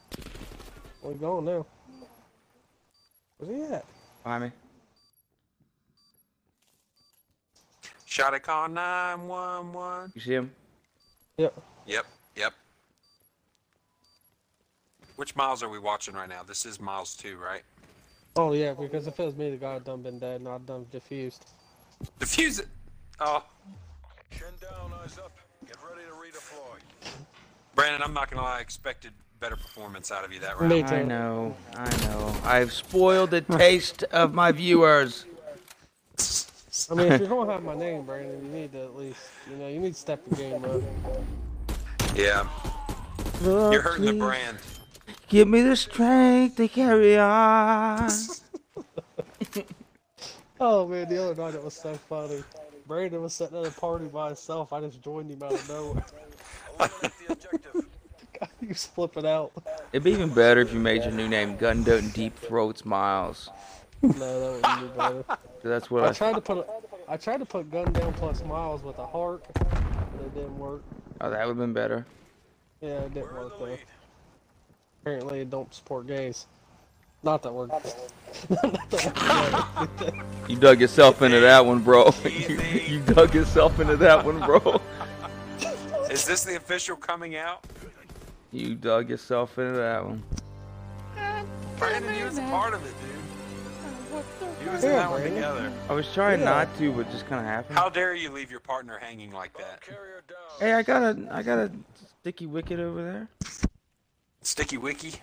Speaker 2: We're going now. Where's he at?
Speaker 3: Find me.
Speaker 5: Shot a call nine one one.
Speaker 3: You see him?
Speaker 2: Yep.
Speaker 5: Yep, yep. Which Miles are we watching right now? This is Miles two, right?
Speaker 2: Oh yeah, because if it was me, the guy would done been dead, and I'd done diffused.
Speaker 5: Defuse it. Oh,
Speaker 4: Chin down, eyes up. Get ready to redeploy.
Speaker 5: Brandon, I'm not gonna lie. I expected better performance out of you that round.
Speaker 2: Me
Speaker 3: I
Speaker 2: too.
Speaker 3: know. I know. I've spoiled the taste of my viewers.
Speaker 2: I mean, if you're gonna have my name, Brandon, you need to at least, you know, you need to step the game up.
Speaker 5: Yeah,
Speaker 3: Lord,
Speaker 5: you're hurting the
Speaker 3: please
Speaker 5: brand.
Speaker 3: Give me the strength to carry on.
Speaker 2: Oh man, the other night it was so funny. Brandon was sitting at a party by himself. I just joined him out of nowhere.
Speaker 4: Eliminate the objective.
Speaker 2: he was flipping out.
Speaker 3: It'd be even better if you made your new name Gun Dot and Deep Throats Miles.
Speaker 2: No, that wouldn't be better.
Speaker 3: 'Cause That's what
Speaker 2: I
Speaker 3: I.
Speaker 2: tried to put, a, I tried to put gun down plus miles with a heart, but it didn't work.
Speaker 3: Oh, that would've been better.
Speaker 2: Yeah, it didn't
Speaker 4: We're in
Speaker 2: work
Speaker 4: the
Speaker 2: though.
Speaker 4: lead.
Speaker 2: Apparently, it don't support gays. Not that we're.
Speaker 3: You dug yourself into that one, bro. you, you dug yourself into that one, bro.
Speaker 5: Is this the official coming out?
Speaker 3: You dug yourself into that one.
Speaker 5: Brandon, you was a part of it, dude. You was in
Speaker 2: Yeah,
Speaker 5: that one
Speaker 2: Brandon.
Speaker 5: together.
Speaker 3: I was trying
Speaker 2: Yeah.
Speaker 3: not to, but just kind of happened.
Speaker 5: How dare you leave your partner hanging like that?
Speaker 4: Carrier down.
Speaker 3: Hey, I got a, I got a sticky wicket over there.
Speaker 5: Sticky Wicky.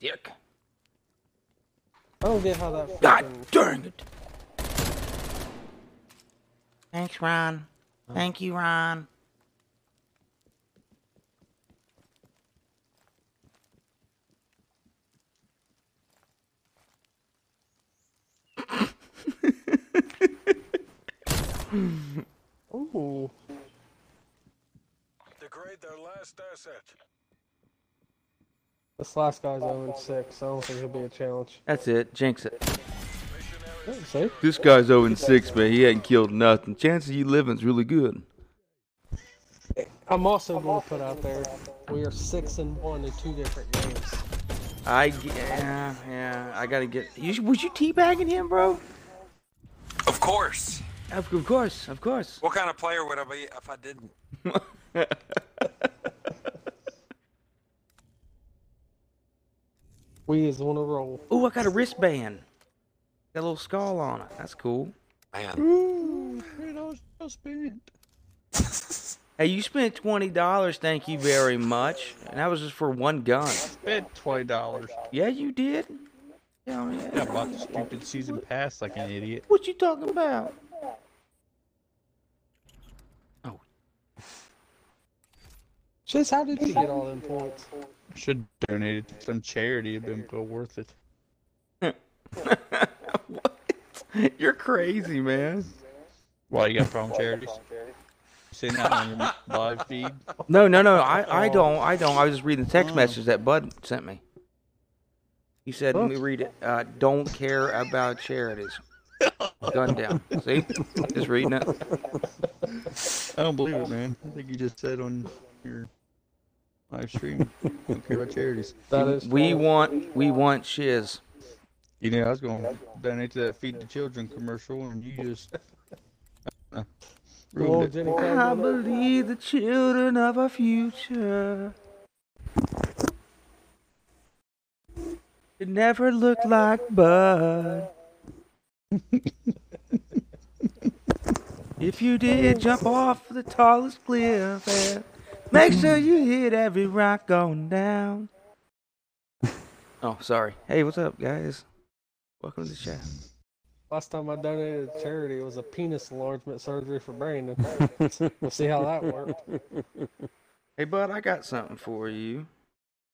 Speaker 3: Dick.
Speaker 2: I don't get how that
Speaker 3: God
Speaker 2: fucking-
Speaker 3: dang it. Thanks, Ron. Thank you, Ron.
Speaker 2: Ooh.
Speaker 4: Degrade their last asset.
Speaker 2: This last guy's 0 6, so I don't think it'll be a challenge.
Speaker 3: That's it. Jinx it.
Speaker 4: Missionary
Speaker 2: Yeah, See?
Speaker 3: This guy's 0 and 6, man. He ain't killed nothing. Chances you living's really good.
Speaker 2: I'm also going to put out there we are 6 and 1 in two different games.
Speaker 3: I g- yeah, yeah. I gotta get. You, was you teabagging him, bro?
Speaker 5: Of course.
Speaker 3: Of, of course, of course.
Speaker 5: What kind of player would I be if I didn't?
Speaker 2: We is on a roll.
Speaker 3: Ooh, I got a wristband. Got a little skull on it. That's cool.
Speaker 5: Man.
Speaker 3: Hey, you spent twenty dollars. Thank you very much. And that was just for one gun.
Speaker 1: Spent twenty dollars.
Speaker 3: Yeah, you did. Hell yeah.
Speaker 1: I bought the stupid season pass like an idiot.
Speaker 3: What you talking about?
Speaker 2: Just how did you get all them points?
Speaker 1: Should donate it to some charity. It'd been so worth it.
Speaker 3: what? You're crazy, man.
Speaker 1: Why you got a problem with charities? Seen that on your live feed?
Speaker 3: No, no, no. I, I don't. I don't. I was just reading the text message that Bud sent me. He said, "Let me read it. Uh, don't care about charities. Gun down. See? Just reading it.
Speaker 1: I don't believe it, man. I think you just said on your live stream. Don't care about charities.
Speaker 2: That is
Speaker 3: We
Speaker 2: funny.
Speaker 3: want. We want shiz.
Speaker 1: You know, I was going to donate to that feed the children commercial, and you just uh,
Speaker 2: Well,
Speaker 1: ruined it.
Speaker 2: Jenny Craig
Speaker 3: I
Speaker 2: on that.
Speaker 3: believe the children of our future. It never looked like Bud. if you did jump off the tallest cliff, eh, make sure you hit every rock going down. Oh, sorry. Hey, what's up, guys? Welcome to the chat.
Speaker 2: Last time I donated to charity was a penis enlargement surgery for Brandon. we'll see how that worked.
Speaker 3: Hey, Bud, I got something for you.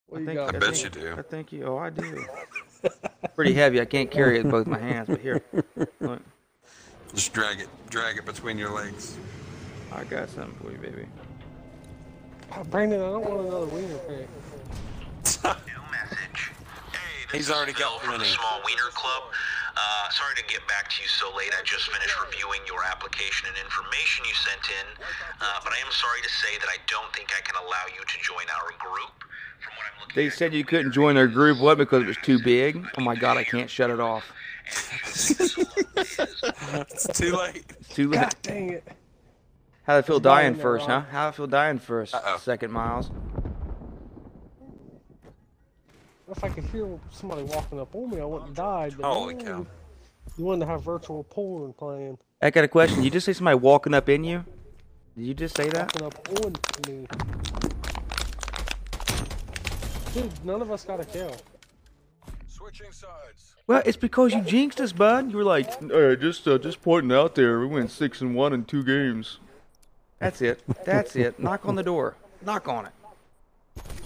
Speaker 2: What
Speaker 3: I
Speaker 2: you
Speaker 3: think-
Speaker 2: got?
Speaker 5: I bet you do.
Speaker 3: I think you. Oh, I do. Pretty heavy. I can't carry it with both my hands, but here, look,
Speaker 5: Just drag it, drag it between your legs.
Speaker 3: I got something for you, baby.
Speaker 2: Oh, Brandon, I don't want another wiener pick.
Speaker 6: message. Hey, this
Speaker 5: He's
Speaker 6: is
Speaker 5: already
Speaker 6: Bill
Speaker 5: got
Speaker 6: from the
Speaker 5: plenty.
Speaker 6: Small Wiener Club. Uh, sorry to get back to you so late. I just finished reviewing your application and information you sent in, uh, but I am sorry to say that I don't think I can allow you to join our group. From what I'm looking
Speaker 3: They said you couldn't join their group. What? Because it was too big. Oh my God, I can't shut it off.
Speaker 5: It's too late.
Speaker 3: It's too late.
Speaker 2: Dang it.
Speaker 3: How I feel
Speaker 2: There's mine
Speaker 3: dying
Speaker 2: in there,
Speaker 3: first, huh?
Speaker 2: Ron.
Speaker 3: How I feel dying first.
Speaker 5: Uh-oh.
Speaker 3: Second miles.
Speaker 2: What If I could hear somebody walking up on me, I wouldn't die. But
Speaker 5: Holy
Speaker 2: man,
Speaker 5: cow.
Speaker 2: You wouldn't have virtual porn playing.
Speaker 3: I got a question. Did you just say somebody walking up in you? Did you just say that?
Speaker 2: Walking up on me. Dude, none of us got a kill.
Speaker 4: Switching sides.
Speaker 3: Well, it's because you jinxed us, bud. You were like, hey, just uh, just pointing out there, we went six and one in two games. That's it. That's it. Knock on the door. Knock on it.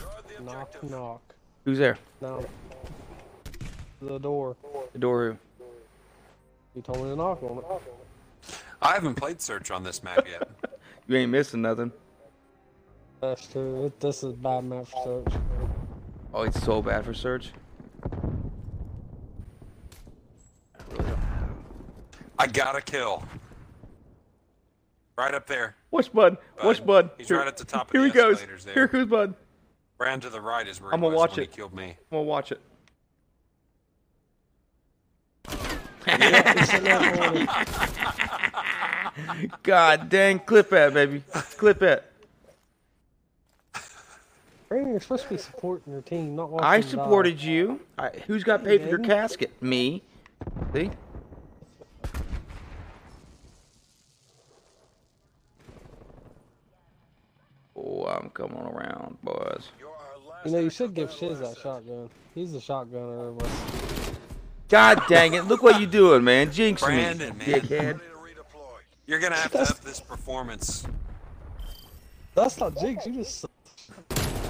Speaker 4: Guard the
Speaker 2: Knock,
Speaker 4: objective.
Speaker 2: knock.
Speaker 3: Who's there?
Speaker 2: No. The door.
Speaker 3: The door who?
Speaker 2: You told me to knock on it.
Speaker 5: I haven't played search on this map yet.
Speaker 3: You ain't missing nothing.
Speaker 2: That's true. This is bad map for search.
Speaker 3: Oh, it's so bad for search. I really don't-
Speaker 5: I gotta kill. Right up there.
Speaker 3: Watch Bud. Watch Bud.
Speaker 5: Uh, He's right at the top of
Speaker 3: Here
Speaker 5: the
Speaker 3: he goes.
Speaker 5: escalators there.
Speaker 3: Here goes Bud.
Speaker 5: Round to the right is where he
Speaker 3: I'ma
Speaker 5: was
Speaker 3: watch
Speaker 5: when
Speaker 3: it.
Speaker 5: he killed me.
Speaker 3: I'm gonna watch it. God dang, clip that, baby. Clip it.
Speaker 2: Brandon, you're supposed to be supporting your team, not watching.
Speaker 3: I
Speaker 2: them die.
Speaker 3: supported you. I, who's got paid for your
Speaker 2: didn't.
Speaker 3: casket? Me. See? Oh, I'm coming around, boys.
Speaker 4: You're our last
Speaker 2: You know, you
Speaker 4: actual
Speaker 2: should give
Speaker 4: battle
Speaker 2: Shiz that
Speaker 4: asset.
Speaker 2: shotgun. He's the shotgunner of us.
Speaker 3: God dang it! Look what you doing, man. Jinx me,
Speaker 5: Brandon, man.
Speaker 3: dickhead.
Speaker 4: Ready to redeploy.
Speaker 5: You're gonna have to up this performance.
Speaker 2: That's not Jinx. You just.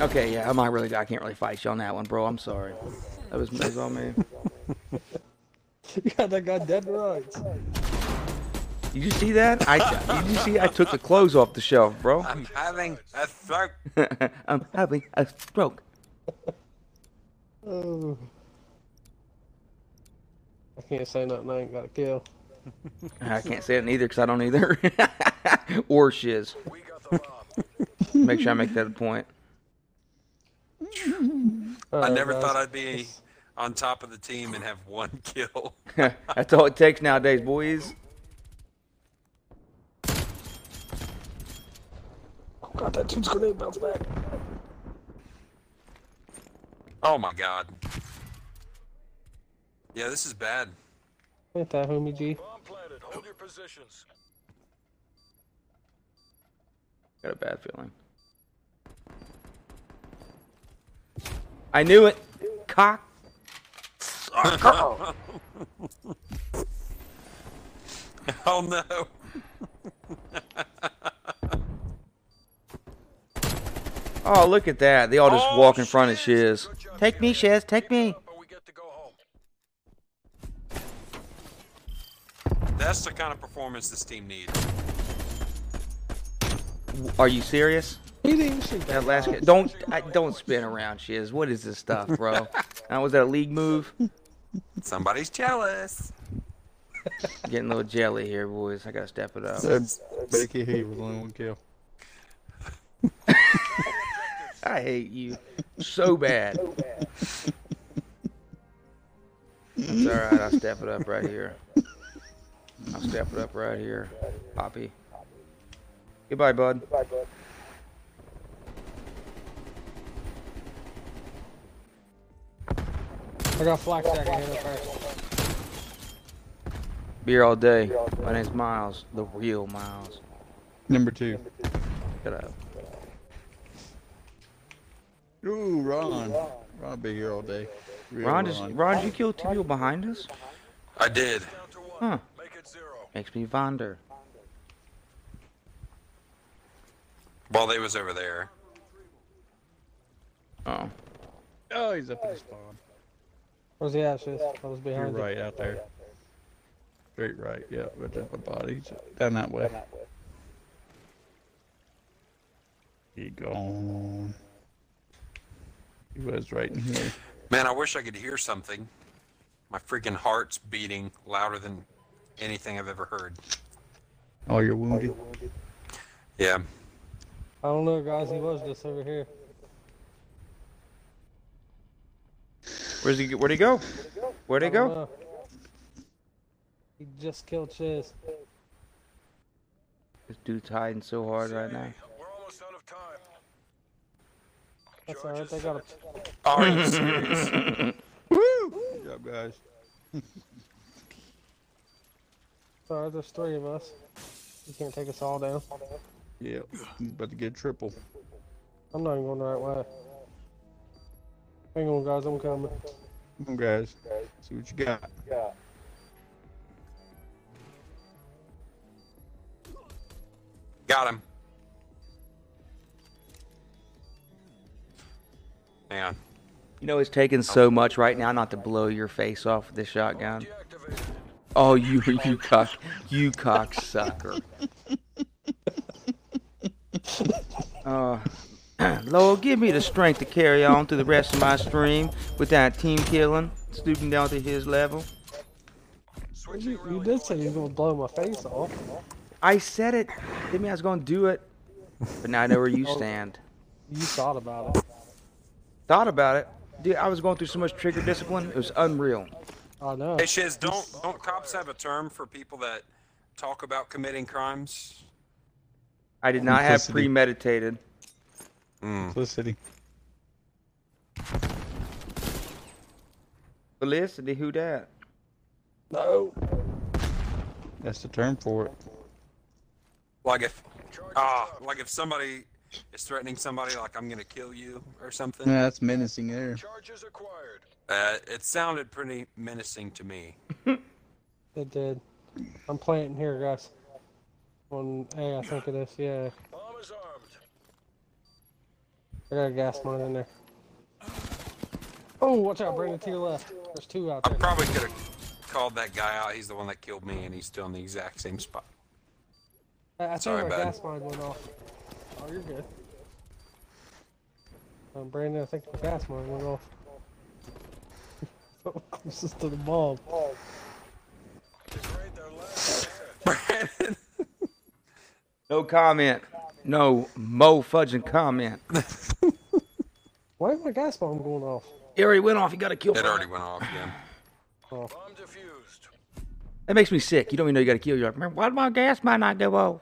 Speaker 3: Okay, yeah, I'm not really. I can't really fight you on that one, bro. I'm sorry. That was, that was all me.
Speaker 2: You got that guy dead to rights.
Speaker 3: Did you see that? I did you see? I took the clothes off the shelf, bro.
Speaker 5: I'm having a throat.
Speaker 3: I'm having a stroke.
Speaker 2: Oh. I can't say nothing. I ain't got a kill.
Speaker 3: I can't say it neither because I don't either. or shiz.
Speaker 4: We got the bomb.
Speaker 3: Make sure I make that a point.
Speaker 5: I
Speaker 2: Alright,
Speaker 5: never
Speaker 2: guys.
Speaker 5: thought I'd be on top of the team and have one kill.
Speaker 3: That's all it takes nowadays, boys.
Speaker 2: Oh god, that dude's grenade bounce back.
Speaker 5: Oh my god. Yeah, this is bad.
Speaker 2: Ain't that homie G?
Speaker 4: Bomb planted. Hold your positions.
Speaker 3: Got a bad feeling. I knew it. Cock.
Speaker 5: Oh no.
Speaker 3: Oh, look at that. They all just
Speaker 4: Oh,
Speaker 3: walk in front of
Speaker 4: Shiz.
Speaker 3: shiz.
Speaker 4: Good job,
Speaker 3: Take me,
Speaker 4: Gary.
Speaker 3: shiz. Take
Speaker 4: Keep it
Speaker 3: me.
Speaker 4: up or we get to go home.
Speaker 5: That's the kind of performance this team needs.
Speaker 3: Are you serious?
Speaker 2: He didn't even shoot that.
Speaker 3: That last kid. Don't I, don't spin around, shiz. What is this stuff, bro? Uh, was that a league move?
Speaker 5: Somebody's jealous.
Speaker 3: Getting a little jelly here, boys. I gotta step it up.
Speaker 1: Becky He was only one kill.
Speaker 3: I hate you so bad. It's all right. I'll step it up right here. I'll step it up right here, Poppy. Goodbye, bud.
Speaker 2: I got flak jack in here first.
Speaker 3: Beer all day. My name's Miles, the real Miles.
Speaker 1: Number two.
Speaker 3: Shut up.
Speaker 1: Ooh, Ron. Ron will be here all day. Real
Speaker 3: Ron, just, Ron, did you kill two people behind us?
Speaker 5: I did.
Speaker 4: Down to one.
Speaker 3: Huh.
Speaker 4: Make it zero.
Speaker 3: Makes me wonder.
Speaker 5: While they was over there.
Speaker 3: Oh,
Speaker 1: Oh, he's up in the spawn.
Speaker 2: Where's he at, Shiz? I was
Speaker 1: You're
Speaker 2: behind you.
Speaker 1: right out there. Straight right, yeah, but the body's down that way. He gone. He was right in here.
Speaker 5: Man, I wish I could hear something. My freaking heart's beating louder than anything I've ever heard.
Speaker 1: Oh, you're wounded.
Speaker 5: Yeah.
Speaker 2: I don't know, guys. He was just over here.
Speaker 3: where's he? Where'd he go? Where'd he
Speaker 2: I don't
Speaker 3: go?
Speaker 2: know. He just killed Shiz.
Speaker 3: This dude's hiding so hard right now.
Speaker 4: We're almost out of time.
Speaker 2: That's alright. They got a.
Speaker 5: Are you serious?
Speaker 1: Woo! Good job, guys.
Speaker 2: Sorry, there's three of us. You can't take us all down.
Speaker 1: Yeah, he's about to get triple.
Speaker 2: I'm not even going the right way. Hang on, guys. I'm coming.
Speaker 1: Come on, guys. See what you got.
Speaker 5: Got him. Hang on.
Speaker 3: You know it's taking so much right now not to blow your face off with this shotgun.
Speaker 4: Deactivated.
Speaker 3: Oh, you you cock, you cocksucker. Uh, Lord, give me the strength to carry on through the rest of my stream without team killing, stooping down to his level.
Speaker 4: Switching
Speaker 2: You,
Speaker 4: rally
Speaker 2: you did
Speaker 4: point.
Speaker 2: say you was gonna blow my face off.
Speaker 3: I said it. Didn't mean I was gonna do it, but now I know where you stand.
Speaker 2: You thought about it.
Speaker 3: Thought about it, dude. I was going through so much trigger discipline. It was unreal.
Speaker 2: I know.
Speaker 5: Hey Shiz, don't don't cops have a term for people that talk about committing crimes?
Speaker 3: I did not have
Speaker 1: Complicity.
Speaker 3: premeditated.
Speaker 1: Hmm. Simplicity.
Speaker 3: Felicity, who that?
Speaker 2: No.
Speaker 1: That's the term for it.
Speaker 5: Like if, ah, like if somebody is threatening somebody, like I'm gonna kill you or something.
Speaker 1: Yeah, that's menacing there.
Speaker 4: Charges acquired.
Speaker 5: Uh, it sounded pretty menacing to me.
Speaker 2: It did. I'm planting here, guys. On A, I think it is. Yeah,
Speaker 4: Bomb is armed.
Speaker 2: I got a gas mine in there. Oh, watch out, Brandon, to your left. There's two out
Speaker 5: I
Speaker 2: there.
Speaker 5: probably could have called that guy out. He's the one that killed me, and he's still in the exact same spot.
Speaker 2: I, I think
Speaker 5: Sorry,
Speaker 2: my
Speaker 5: bud.
Speaker 2: gas mine went off. Oh, you're good. Um, Brandon, I think the gas mine went off. this is to the bomb.
Speaker 4: Degrade their last asset.
Speaker 5: Brandon,
Speaker 3: No comment. No mo fudging comment.
Speaker 2: Why is my gas bomb going off?
Speaker 3: It already went off. You got to kill.
Speaker 5: it
Speaker 3: for
Speaker 5: already went off again.
Speaker 4: Bomb defused.
Speaker 3: That makes me sick. You don't even know you got to kill. You're like, man, why did my gas might not go off?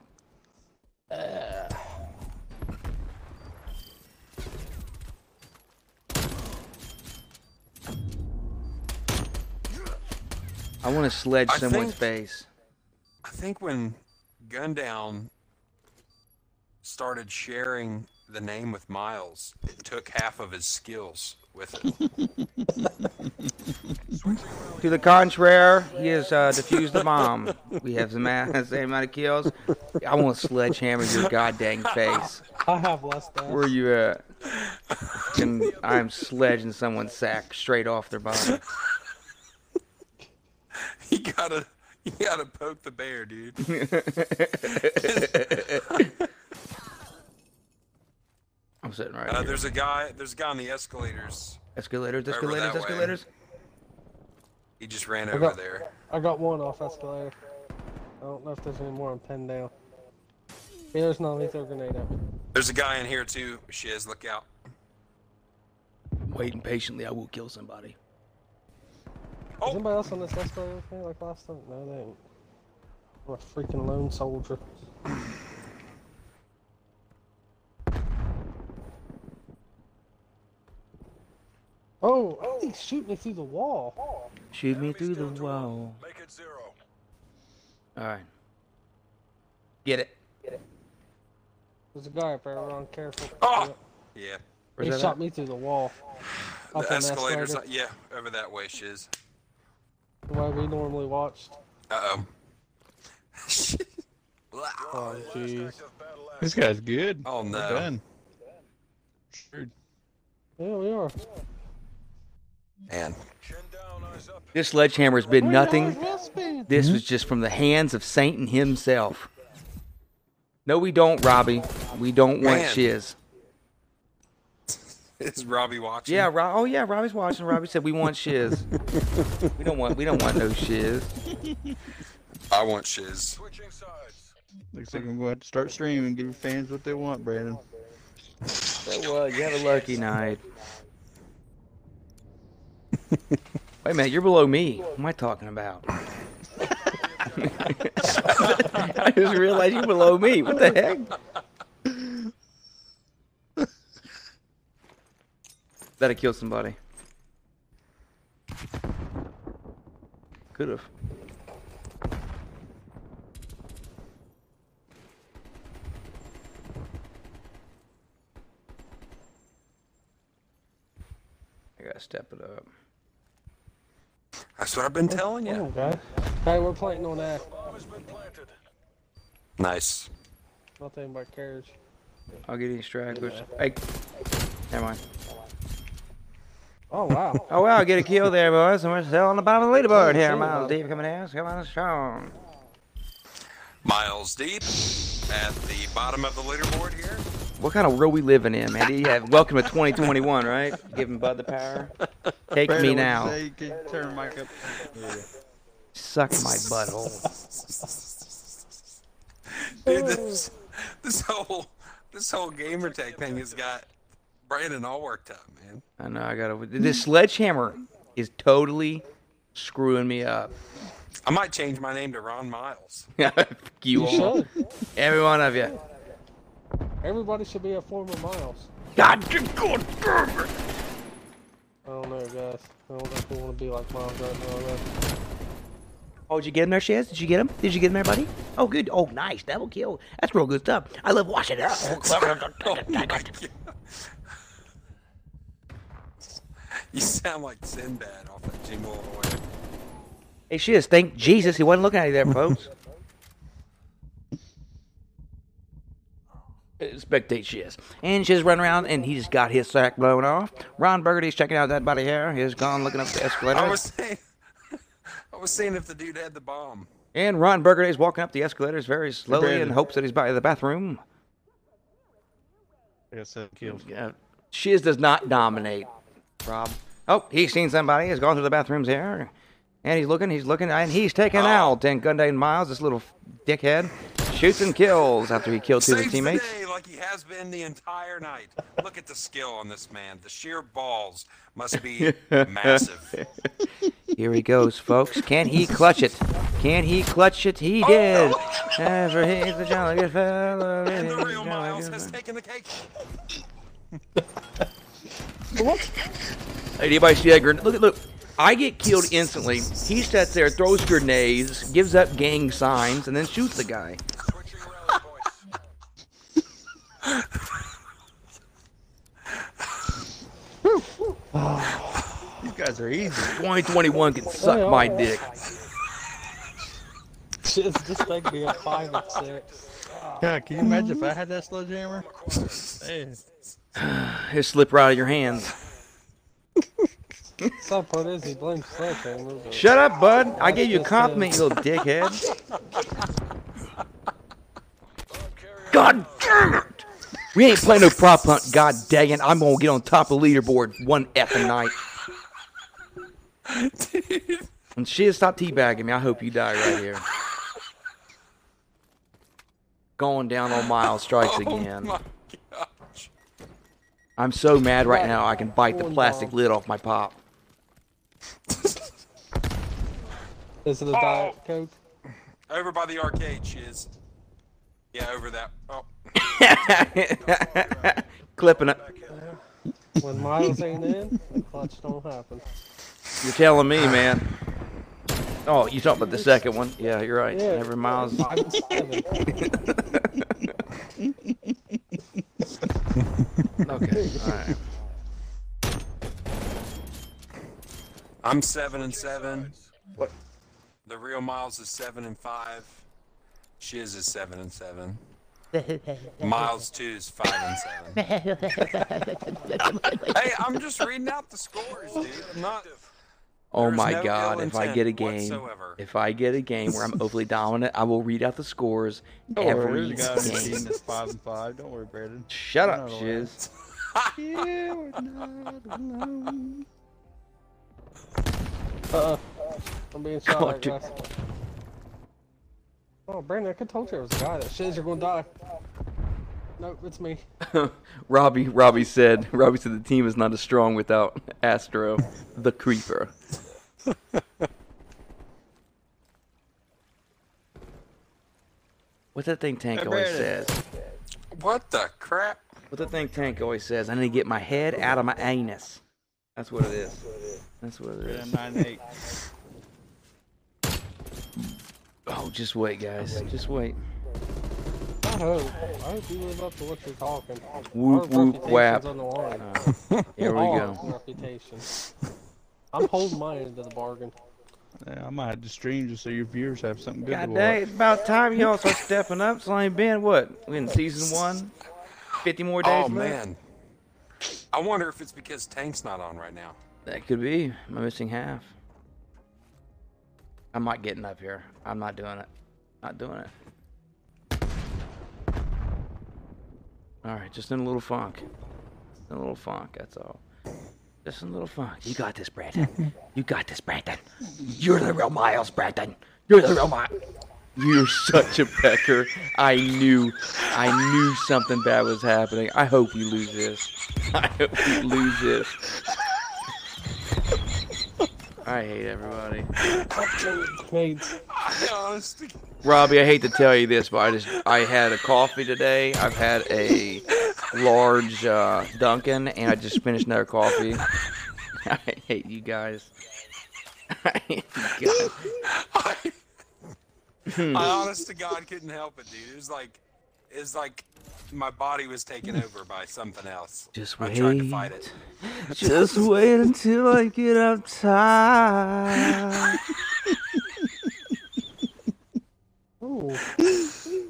Speaker 3: I want to sledge
Speaker 5: I
Speaker 3: someone's
Speaker 5: think-
Speaker 3: face.
Speaker 5: I think when Gundown started sharing the name with Miles, it took half of his skills with it.
Speaker 3: To the contrary, he has uh, defused the bomb. we have the ma- same amount of kills. I want to sledgehammer your goddamn face.
Speaker 2: I have less gas.
Speaker 3: Where you at? And I'm sledging someone's sack straight off their body.
Speaker 5: you gotta, you gotta poke the bear, dude.
Speaker 3: I'm sitting right
Speaker 5: Uh,
Speaker 3: here.
Speaker 5: there's a guy, there's a guy on the escalators.
Speaker 3: Escalators,
Speaker 5: over that
Speaker 3: escalators,
Speaker 5: way.
Speaker 3: escalators.
Speaker 5: He just ran over
Speaker 2: got-
Speaker 5: there.
Speaker 2: I got one off escalator. I don't know if there's any more. I'm pinned down. Yeah, there's no lethal grenade up.
Speaker 5: There's a guy in here too. Shiz, look out.
Speaker 3: Waiting patiently, I will kill somebody.
Speaker 2: Is anybody else on this escalator with me like last time? No, they ain't. I'm a freaking lone soldier. Oh, I think he's shooting me through the wall.
Speaker 3: Shoot me through
Speaker 4: Enemies
Speaker 3: the
Speaker 4: down to one.
Speaker 3: wall.
Speaker 4: Make it zero.
Speaker 3: All right. Get it.
Speaker 2: There's a guy up there, Ron, careful.
Speaker 5: Oh!
Speaker 2: Yep.
Speaker 5: Yeah.
Speaker 3: Where's
Speaker 2: he
Speaker 3: that
Speaker 2: shot
Speaker 3: at?
Speaker 2: me through the wall.
Speaker 5: The
Speaker 2: Up on
Speaker 5: escalators,
Speaker 2: escalator,
Speaker 5: yeah, over that way, Shiz.
Speaker 2: the way we normally watched.
Speaker 5: Uh oh.
Speaker 2: Oh, jeez.
Speaker 4: Active battle act.
Speaker 1: This guy's good.
Speaker 5: Oh,
Speaker 1: We're
Speaker 5: no.
Speaker 1: done. Sure.
Speaker 2: Yeah, we are.
Speaker 5: Man.
Speaker 4: Chin down, eyes up.
Speaker 3: This sledgehammer has been nothing.
Speaker 2: Nothing.
Speaker 3: This was just from the hands of Satan himself. No, we don't, Robbie. We don't want
Speaker 5: Man.
Speaker 3: shiz.
Speaker 5: Is Robbie watching?
Speaker 3: Yeah, Rob. Oh yeah, Robbie's watching. Robbie said we want shiz. we don't want. We don't want no shiz.
Speaker 5: I want Shiz.
Speaker 4: Switching sides.
Speaker 1: Looks like I'm going to have to start streaming and give your fans what they want, Brandon.
Speaker 3: So uh, you have a lucky night. Wait a minute, you're below me. What am I talking about? I just realized you're below me. What the heck? That'd kill somebody. Could have. I gotta step it up.
Speaker 5: That's what I've been
Speaker 2: Oh.
Speaker 5: telling you.
Speaker 2: Okay. Hey, we're planting on that.
Speaker 4: Bomb has been planted.
Speaker 5: Nice.
Speaker 2: Nothing about carriage.
Speaker 3: I'll get any stragglers. Hey, never mind.
Speaker 2: Oh wow.
Speaker 3: Oh wow, get a kill there, boys. And we're still on the bottom of the leaderboard here. Miles Deep coming in. Come on, strong.
Speaker 5: Miles deep at the bottom of the leaderboard here.
Speaker 3: What kind of world we living in, man? Yeah, welcome to 2021, right? Giving Bud the power. Take me
Speaker 1: Brandon, what'd
Speaker 3: now.
Speaker 1: you say? Can you turn the mic up?
Speaker 3: Suck my butthole.
Speaker 5: Dude, this, this whole this whole gamer tag thing has got Brandon all worked up, man.
Speaker 3: I know. I gotta. This sledgehammer is totally screwing me up.
Speaker 5: I might change my name to Ron Miles.
Speaker 3: Fuck you
Speaker 2: You
Speaker 3: all,
Speaker 2: should.
Speaker 3: every one of you.
Speaker 2: Everybody should be a former Miles.
Speaker 3: God, God, God.
Speaker 2: guess. I don't think we want to be like Miles right now. Though.
Speaker 3: Oh, did you get him there, Shaz? Did you get him? Did you get him there, buddy? Oh, good. Oh, nice. Double kill. That's real good stuff. I love watching it.
Speaker 5: Oh my God. You sound like Sinbad off that jingle all the way.
Speaker 3: Hey, Shiz, thank Jesus he wasn't looking at you there, folks. Spectate Shiz. And Shiz running around, and he just got his sack blown off. Ron Burgundy's checking out that body here. He's gone looking up the escalator.
Speaker 5: I was saying, I was saying if the dude had the bomb.
Speaker 3: And Ron Burgundy's walking up the escalators very slowly in
Speaker 1: Brandon.
Speaker 3: hopes that he's by the bathroom.
Speaker 1: I got seven kills.
Speaker 3: Yeah. Shiz does not dominate, Rob. Oh, he's seen somebody. He's gone to the bathrooms here. And he's looking, he's looking, and he's taken
Speaker 5: Oh.
Speaker 3: out. And Gundane Miles, this little dickhead, shoots and kills after he killed two of his
Speaker 5: Saves the
Speaker 3: teammates.
Speaker 5: day like he has been the entire night. Look at the skill on this man. The sheer balls must be massive.
Speaker 3: Here he goes, folks. Can he clutch it? Can he clutch it?
Speaker 5: Oh,
Speaker 3: He did. Ever he's a jolly good fellow.
Speaker 5: And the
Speaker 3: he's a
Speaker 5: real
Speaker 3: jolly
Speaker 5: Miles
Speaker 3: good
Speaker 5: has
Speaker 3: fellow.
Speaker 5: taken the cake.
Speaker 3: Hey, anybody see that grenade? Look, look. I get killed instantly. He sits there, throws grenades, gives up gang signs, and then shoots the guy.
Speaker 4: Switching rounds, boys.
Speaker 1: You guys are easy.
Speaker 3: 2021 can suck my dick.
Speaker 2: Just, just think being five and six.
Speaker 1: Yeah, can you imagine if I had that sledgehammer?
Speaker 3: It slip right out of your hands.
Speaker 2: Some part is he blames Sledgehammer. but-
Speaker 3: Shut up, bud. I gave you a compliment, you little dickhead. God damn it! We ain't playing no prop hunt. God dang it! I'm gonna get on top of leaderboard one effing night. And she'll stop teabagging me. I hope you die right here. Going down on Miles strikes again.
Speaker 5: My gosh.
Speaker 3: I'm so mad right now. I can bite the plastic lid off my pop.
Speaker 2: Is it a diet coke?
Speaker 5: Over by the arcade, Shiz. Yeah, over that. Oh,
Speaker 3: Clipping it.
Speaker 2: When Miles ain't in, the clutch don't happen.
Speaker 3: You're telling me, man. Oh, you talking about the second one? Yeah, you're right.
Speaker 2: Yeah.
Speaker 3: Never miles.
Speaker 2: Five and seven.
Speaker 3: Okay. All right.
Speaker 5: I'm seven and seven. What? The real Miles is seven and five. Shiz is seven and seven. Miles two is five and seven. hey, I'm just reading out the scores, dude. I'm not.
Speaker 3: Oh
Speaker 5: There's
Speaker 3: my
Speaker 5: no
Speaker 3: God!
Speaker 5: ill
Speaker 3: If I
Speaker 5: intent
Speaker 3: get a game,
Speaker 5: whatsoever.
Speaker 3: if I get a game where I'm overly dominant, I will read out the scores
Speaker 5: Oh,
Speaker 1: Don't worry,
Speaker 3: every
Speaker 1: there's a guy on the
Speaker 3: game.
Speaker 1: team that's five and five. Don't worry, Brandon.
Speaker 3: Shut
Speaker 1: You're
Speaker 3: up,
Speaker 1: not alone.
Speaker 3: shiz.
Speaker 1: You are not alone.
Speaker 2: Uh, I'm being shot
Speaker 3: God,
Speaker 2: at,
Speaker 3: dude.
Speaker 2: guys. Oh, Brandon, I could told you I was a guy that shiz, you're gonna die. Nope, it's me.
Speaker 3: Robbie, Robbie said, Robbie said the team is not as strong without Astro, the creeper. What's that thing Tank
Speaker 1: Hey,
Speaker 3: always
Speaker 1: Brandon.
Speaker 3: says?
Speaker 5: What the crap?
Speaker 3: What's that thing Tank always says? I need to get my head out of my anus. That's what it is. That's what it
Speaker 1: Yeah,
Speaker 3: is.
Speaker 1: nine eight.
Speaker 3: Oh, just wait, guys. Just wait.
Speaker 2: I hope. I hope you live up to what you're talking.
Speaker 3: Whoop,
Speaker 2: Our
Speaker 3: whoop, whap.
Speaker 2: reputation's On the line.
Speaker 3: Here we
Speaker 2: Our
Speaker 3: go.
Speaker 2: Reputation. I'm holding my end of the bargain.
Speaker 1: Yeah, I might have to stream just so your viewers have something good to
Speaker 3: God
Speaker 1: watch.
Speaker 3: dang, it's about time y'all start stepping up. It's only been what? We in season one? 50 more days
Speaker 5: Oh
Speaker 3: left?
Speaker 5: man. I wonder if it's because Tank's not on right now.
Speaker 3: That could be. Am I missing half? I'm not getting up here. I'm not doing it. Not doing it. All right, just in a little funk. In a little funk. That's all. Just in a little funk. You got this, Brandon. you got this, Brandon. You're the real Miles, Brandon. You're the real Miles. You're such a pecker. I knew, I knew something bad was happening. I hope we lose this. I hope we lose this. I hate everybody.
Speaker 2: Nades.
Speaker 5: Honestly.
Speaker 3: Robbie, I hate to tell you this, but I just I had a coffee today. I've had a large uh, Dunkin', and I just finished another coffee. I hate you guys. I hate you guys.
Speaker 5: I,
Speaker 3: Hmm.
Speaker 5: I honest to God couldn't help it, dude. It was like, it was like my body was taken over by something else.
Speaker 3: Just
Speaker 5: I tried to fight it.
Speaker 3: Just wait until I get up top.
Speaker 2: Oh,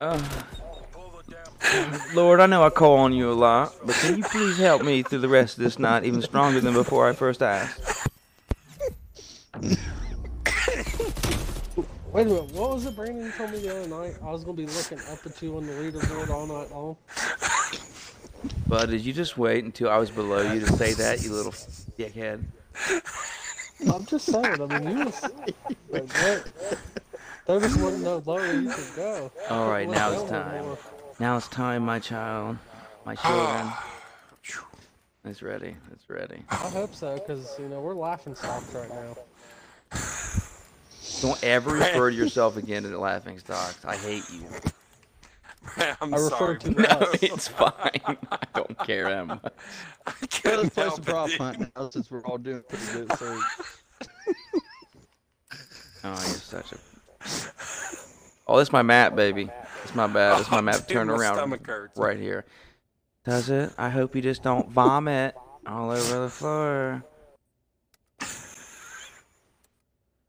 Speaker 3: Oh,
Speaker 4: Pull the damn
Speaker 3: Lord, I know I call on you a lot, but can you please help me through the rest of this night even stronger than before I first asked?
Speaker 2: wait a minute. What was it Brandon told me the other night? I was gonna be looking up at you on the leaderboard all night long.
Speaker 3: But did you just wait until I was below you to say that, you little dickhead?
Speaker 2: I'm just saying. I mean, you was like that. There just wasn't no lower you could go.
Speaker 3: All right,
Speaker 2: Look
Speaker 3: now it's
Speaker 2: over
Speaker 3: time.
Speaker 2: more.
Speaker 3: Now it's time, my child, my children. It's ready. It's ready.
Speaker 2: I hope so, because you know we're laughing soft right now.
Speaker 3: Don't ever refer to yourself again to the laughing stocks. I hate you.
Speaker 5: I'm
Speaker 2: I
Speaker 5: sorry.
Speaker 2: referred to
Speaker 5: but
Speaker 3: No, it's fine. I don't care that much.
Speaker 5: I
Speaker 1: Yeah, let's
Speaker 5: couldn't
Speaker 1: play some
Speaker 5: help
Speaker 1: prop
Speaker 5: it, dude.
Speaker 1: hunt now since we're all doing pretty good. So
Speaker 3: Oh, you're such a. Oh, that's my map, baby. That's my bad. That's my
Speaker 5: Oh,
Speaker 3: map
Speaker 5: dude, my
Speaker 3: turnaround
Speaker 5: stomach hurts.
Speaker 3: right here. Does it? I hope you just don't vomit all over the floor.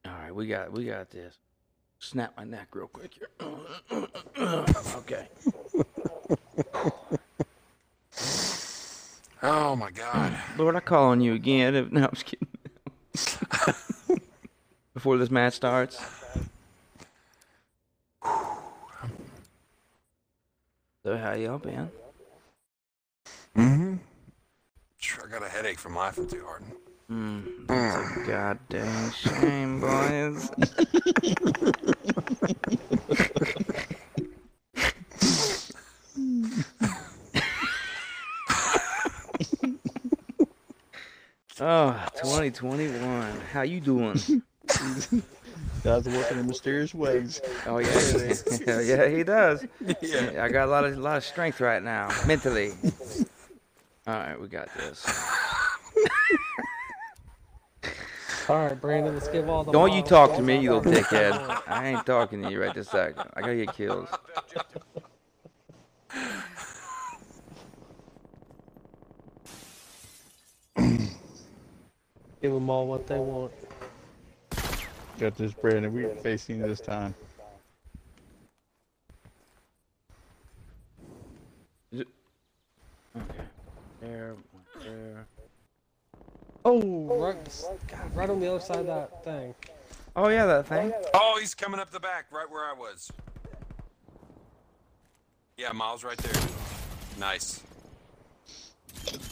Speaker 3: All right, we got we got this. Snap my neck real quick here. okay.
Speaker 5: Oh my God.
Speaker 3: Lord, I call on you again. If, no, I'm just kidding. Before this match starts. So how y'all been? Hmm.
Speaker 5: Mm-hmm. Sure, I got a headache from laughing too hard.
Speaker 3: Mm, that's a goddamn shame, boys. oh, 2021. How you doing?
Speaker 1: guys working in mysterious ways.
Speaker 3: Oh yeah, yeah, yeah, he does.
Speaker 5: Yeah.
Speaker 3: I got a lot of lot of strength right now, mentally. All right, we got this.
Speaker 2: All right, Brandon, let's give all the.
Speaker 3: Don't you
Speaker 2: miles-
Speaker 3: talk to me, you little dickhead. I ain't talking to you right this second. I gotta get killed.
Speaker 4: objective.
Speaker 2: Give them all what they want.
Speaker 1: Got this, Brandon. We ain't facing this time.
Speaker 3: There, there.
Speaker 2: Oh, right, God, right on the other side of that thing.
Speaker 3: Oh yeah, that thing.
Speaker 5: Oh, he's coming up the back, right where I was. Yeah, Miles, right there. Nice.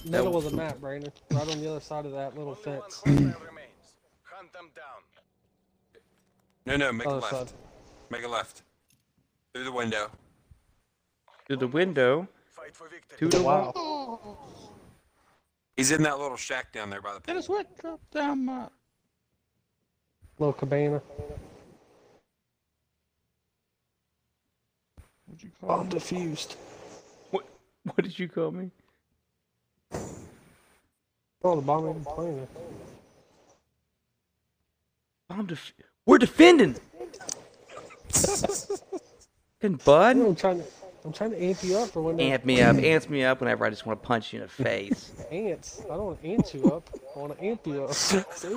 Speaker 2: Middle of the map, Brandon. Right on the other side of that little
Speaker 4: Only one
Speaker 2: fence.
Speaker 4: hostile remains. Hunt them down.
Speaker 5: No, no, make a
Speaker 2: Other
Speaker 5: left.
Speaker 2: side.
Speaker 5: Make a left. Through the window.
Speaker 3: To the window.
Speaker 4: Fight for victory.
Speaker 3: To the
Speaker 2: Wow.
Speaker 3: wall.
Speaker 5: He's in that little shack down there by the pool.
Speaker 1: Dennis, what dropped down my?
Speaker 2: Little cabana.
Speaker 1: What'd you
Speaker 2: Oh,
Speaker 1: call it?
Speaker 2: diffused.
Speaker 3: What? What did you call me?
Speaker 2: Oh, the bomb even playing.
Speaker 3: I'm def- We're defending. And bud.
Speaker 2: I'm trying to. I'm trying to amp you up for when
Speaker 3: amp me up, amps me up whenever I just want to punch you in the face.
Speaker 2: the ants. I don't want to ant you up. I want to amp you up. See?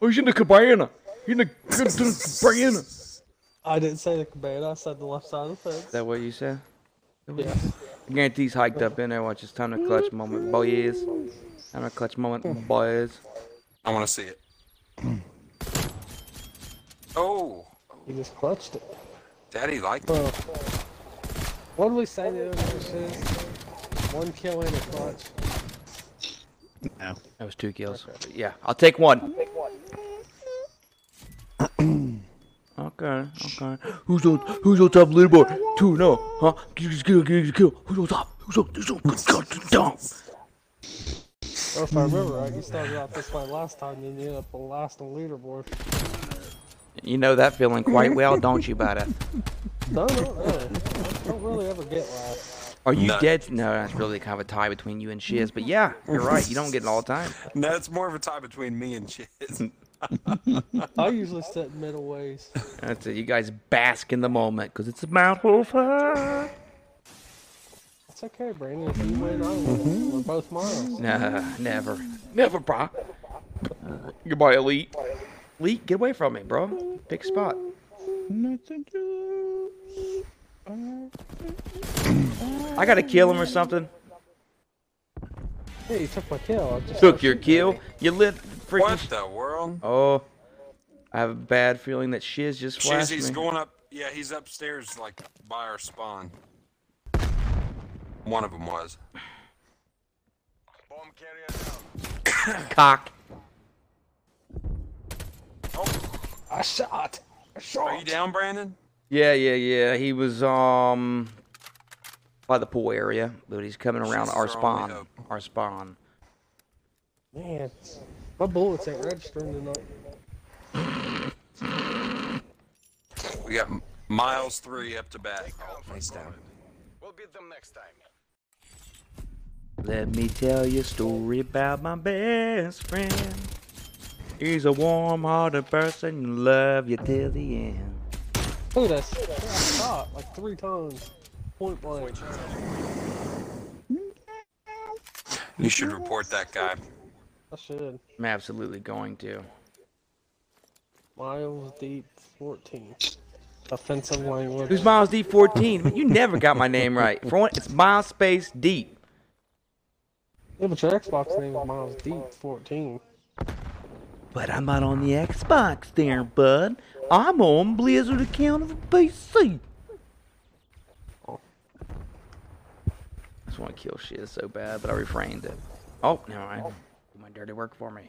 Speaker 3: oh, he's in the cabana. He's in the, cabana. Is
Speaker 2: I didn't say the cabana. I said the left side of the fence.
Speaker 3: that what you said?
Speaker 2: Yeah.
Speaker 3: I guarantee he's hiked up in there. Watch, it's time to clutch moment, boys. Time to clutch moment, boys.
Speaker 5: I want to see it. Oh,
Speaker 2: He just clutched it.
Speaker 5: Daddy liked it.
Speaker 2: Well, what did we say the other night, is? One kill in a clutch.
Speaker 3: That was two kills. But yeah, I'll take one. okay, okay. Who's on? Who's on top of the leaderboard? Two, no, huh? Just kill, kill, kill. Who's on top? Who's on? Who's on? God, damn.
Speaker 2: Or if I remember right, you started out this way last time, then you ended up last on the leaderboard.
Speaker 3: You know that feeling quite well, don't you, buddy?
Speaker 2: No, no, no. I don't really ever get last.
Speaker 3: Are you
Speaker 5: No.
Speaker 3: dead? No, that's really kind of a tie between you and Shiz. But yeah, you're right. You don't get it all the time.
Speaker 5: No, it's more of a tie between me and Chiz.
Speaker 2: I usually sit middle ways.
Speaker 3: That's it. You guys bask in the moment because it's about over.
Speaker 2: It's okay, Brandon. If you win, I win. We're both miles.
Speaker 3: Nah, never. Never, bro. Goodbye, Elite. Elite, get away from me, bro. Pick a spot.
Speaker 1: Nothing to
Speaker 3: I gotta kill him or something.
Speaker 2: Hey, you took my kill. I just
Speaker 3: Took your kill. You lit freaking.
Speaker 5: What the world?
Speaker 3: Oh, I have a bad feeling that Shiz just
Speaker 5: Chiz,
Speaker 3: flashed
Speaker 5: he's
Speaker 3: me.
Speaker 5: going up. Yeah, he's upstairs, like by our spawn. One of them was.
Speaker 4: Bomb carrier down.
Speaker 3: Cock.
Speaker 2: I shot. I shot.
Speaker 5: Are you down, Brandon?
Speaker 3: Yeah, yeah, yeah. He was um by the pool area, but he's coming around
Speaker 5: Jesus,
Speaker 3: our
Speaker 5: they're all
Speaker 3: spawn.
Speaker 5: made up.
Speaker 3: Our spawn.
Speaker 2: Man, my bullets ain't registering tonight.
Speaker 5: We got M- Miles three up to bat. Oh, he's down.
Speaker 4: We'll beat them next time.
Speaker 3: Let me tell you a story about my best friend. He's a warm-hearted person, you love you till the end.
Speaker 2: Look at this. I shot like three times. Point blank.
Speaker 5: You should report that guy.
Speaker 2: I should.
Speaker 3: I'm absolutely going to.
Speaker 2: Miles deep 14. Offensive language.
Speaker 3: Who's Miles D14? Man, you never got my name right. For one, it's MySpace Deep.
Speaker 2: Yeah, but your Xbox name is Miles Deep 14.
Speaker 3: But I'm not on the Xbox there, bud. I'm on Blizzard account of the PC. I just want to kill shit so bad, but I refrained it. Oh, never mind. Do my dirty work for me.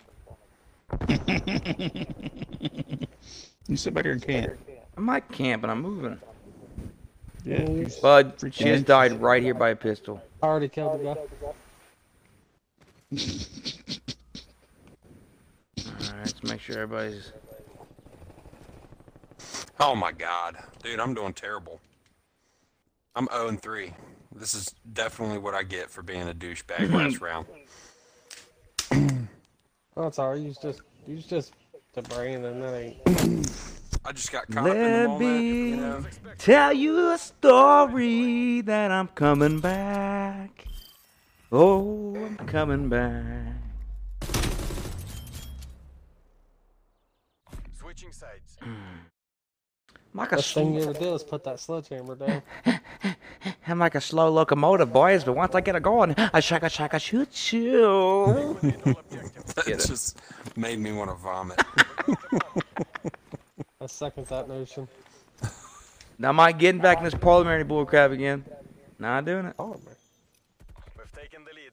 Speaker 1: You sit back here and can't.
Speaker 3: I'm not camping, I'm moving.
Speaker 1: Yeah. you s-
Speaker 3: Bud,
Speaker 1: Freaking
Speaker 3: Chiz
Speaker 1: nice.
Speaker 3: died right here by a pistol.
Speaker 2: I already killed the guy.
Speaker 3: Alright, let's make sure everybody's.
Speaker 5: Oh my god, dude, I'm doing terrible. I'm 0 and 3. This is definitely what I get for being a douchebag last round.
Speaker 2: Oh, it's alright. You was just, you was just the Brandon. That ain't.
Speaker 5: I just got caught up in the
Speaker 3: Let
Speaker 5: moment. You
Speaker 3: me
Speaker 5: know?
Speaker 3: tell you a story that I'm coming back. Oh, I'm coming back.
Speaker 4: Switching sides.
Speaker 3: I'm like a
Speaker 2: Best thing you
Speaker 3: slow,
Speaker 2: ever did is put that sledgehammer down.
Speaker 3: I'm like a slow locomotive, boys. But once I get it going, I shaka shaka shoot shoot.
Speaker 5: That just made me want to vomit.
Speaker 2: I second that notion.
Speaker 3: now am I getting back in this parliamentary bullcrap again? Not doing it.
Speaker 2: Oh, man.
Speaker 4: We've taken the lead.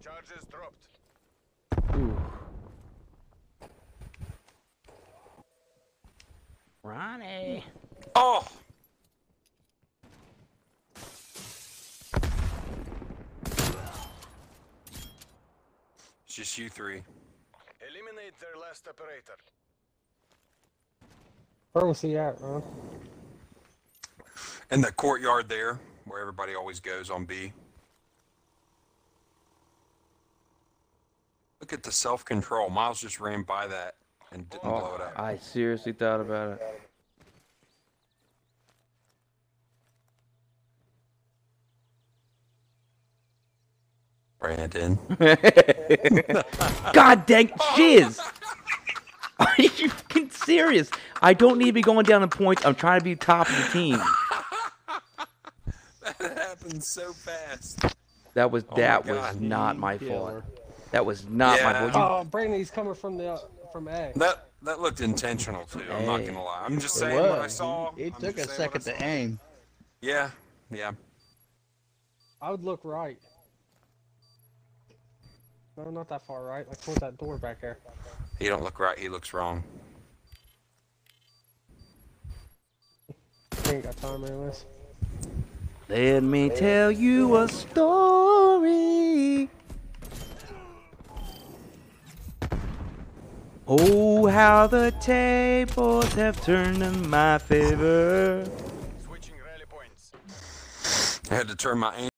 Speaker 4: Charges dropped.
Speaker 3: Ronnie.
Speaker 5: Oh! It's just you three.
Speaker 4: Eliminate their last operator.
Speaker 2: Where was he at, Ron?
Speaker 5: In the courtyard there, where everybody always goes on B. Look at the self control. Miles just ran by that and didn't blow
Speaker 3: Oh,
Speaker 5: it up.
Speaker 3: I seriously thought about it.
Speaker 5: Brandon.
Speaker 3: God dang shiz! Are you fucking serious? I don't need to be going down in points. I'm trying to be top of the team.
Speaker 5: that happened so fast.
Speaker 3: That was that was
Speaker 5: God.
Speaker 3: not my fault. That was not my
Speaker 5: Yeah.
Speaker 3: fault.
Speaker 2: Oh, Brandon, he's coming from the from A.
Speaker 5: That that looked intentional too. I'm not
Speaker 3: Hey.
Speaker 5: gonna lie. I'm just
Speaker 1: It
Speaker 5: saying what I
Speaker 1: was.
Speaker 5: saw.
Speaker 1: It
Speaker 5: I'm
Speaker 1: took a
Speaker 5: just saying what I
Speaker 1: second to
Speaker 5: saw.
Speaker 1: aim.
Speaker 5: Yeah, yeah.
Speaker 2: I would look right. No, not that far right. Like towards that door back there.
Speaker 5: He don't look right. He looks wrong.
Speaker 2: I ain't got time, anyways.
Speaker 3: You... Let me tell you a story. Oh, how the tables have turned in my favor.
Speaker 4: Switching rally points.
Speaker 5: I had to turn my aim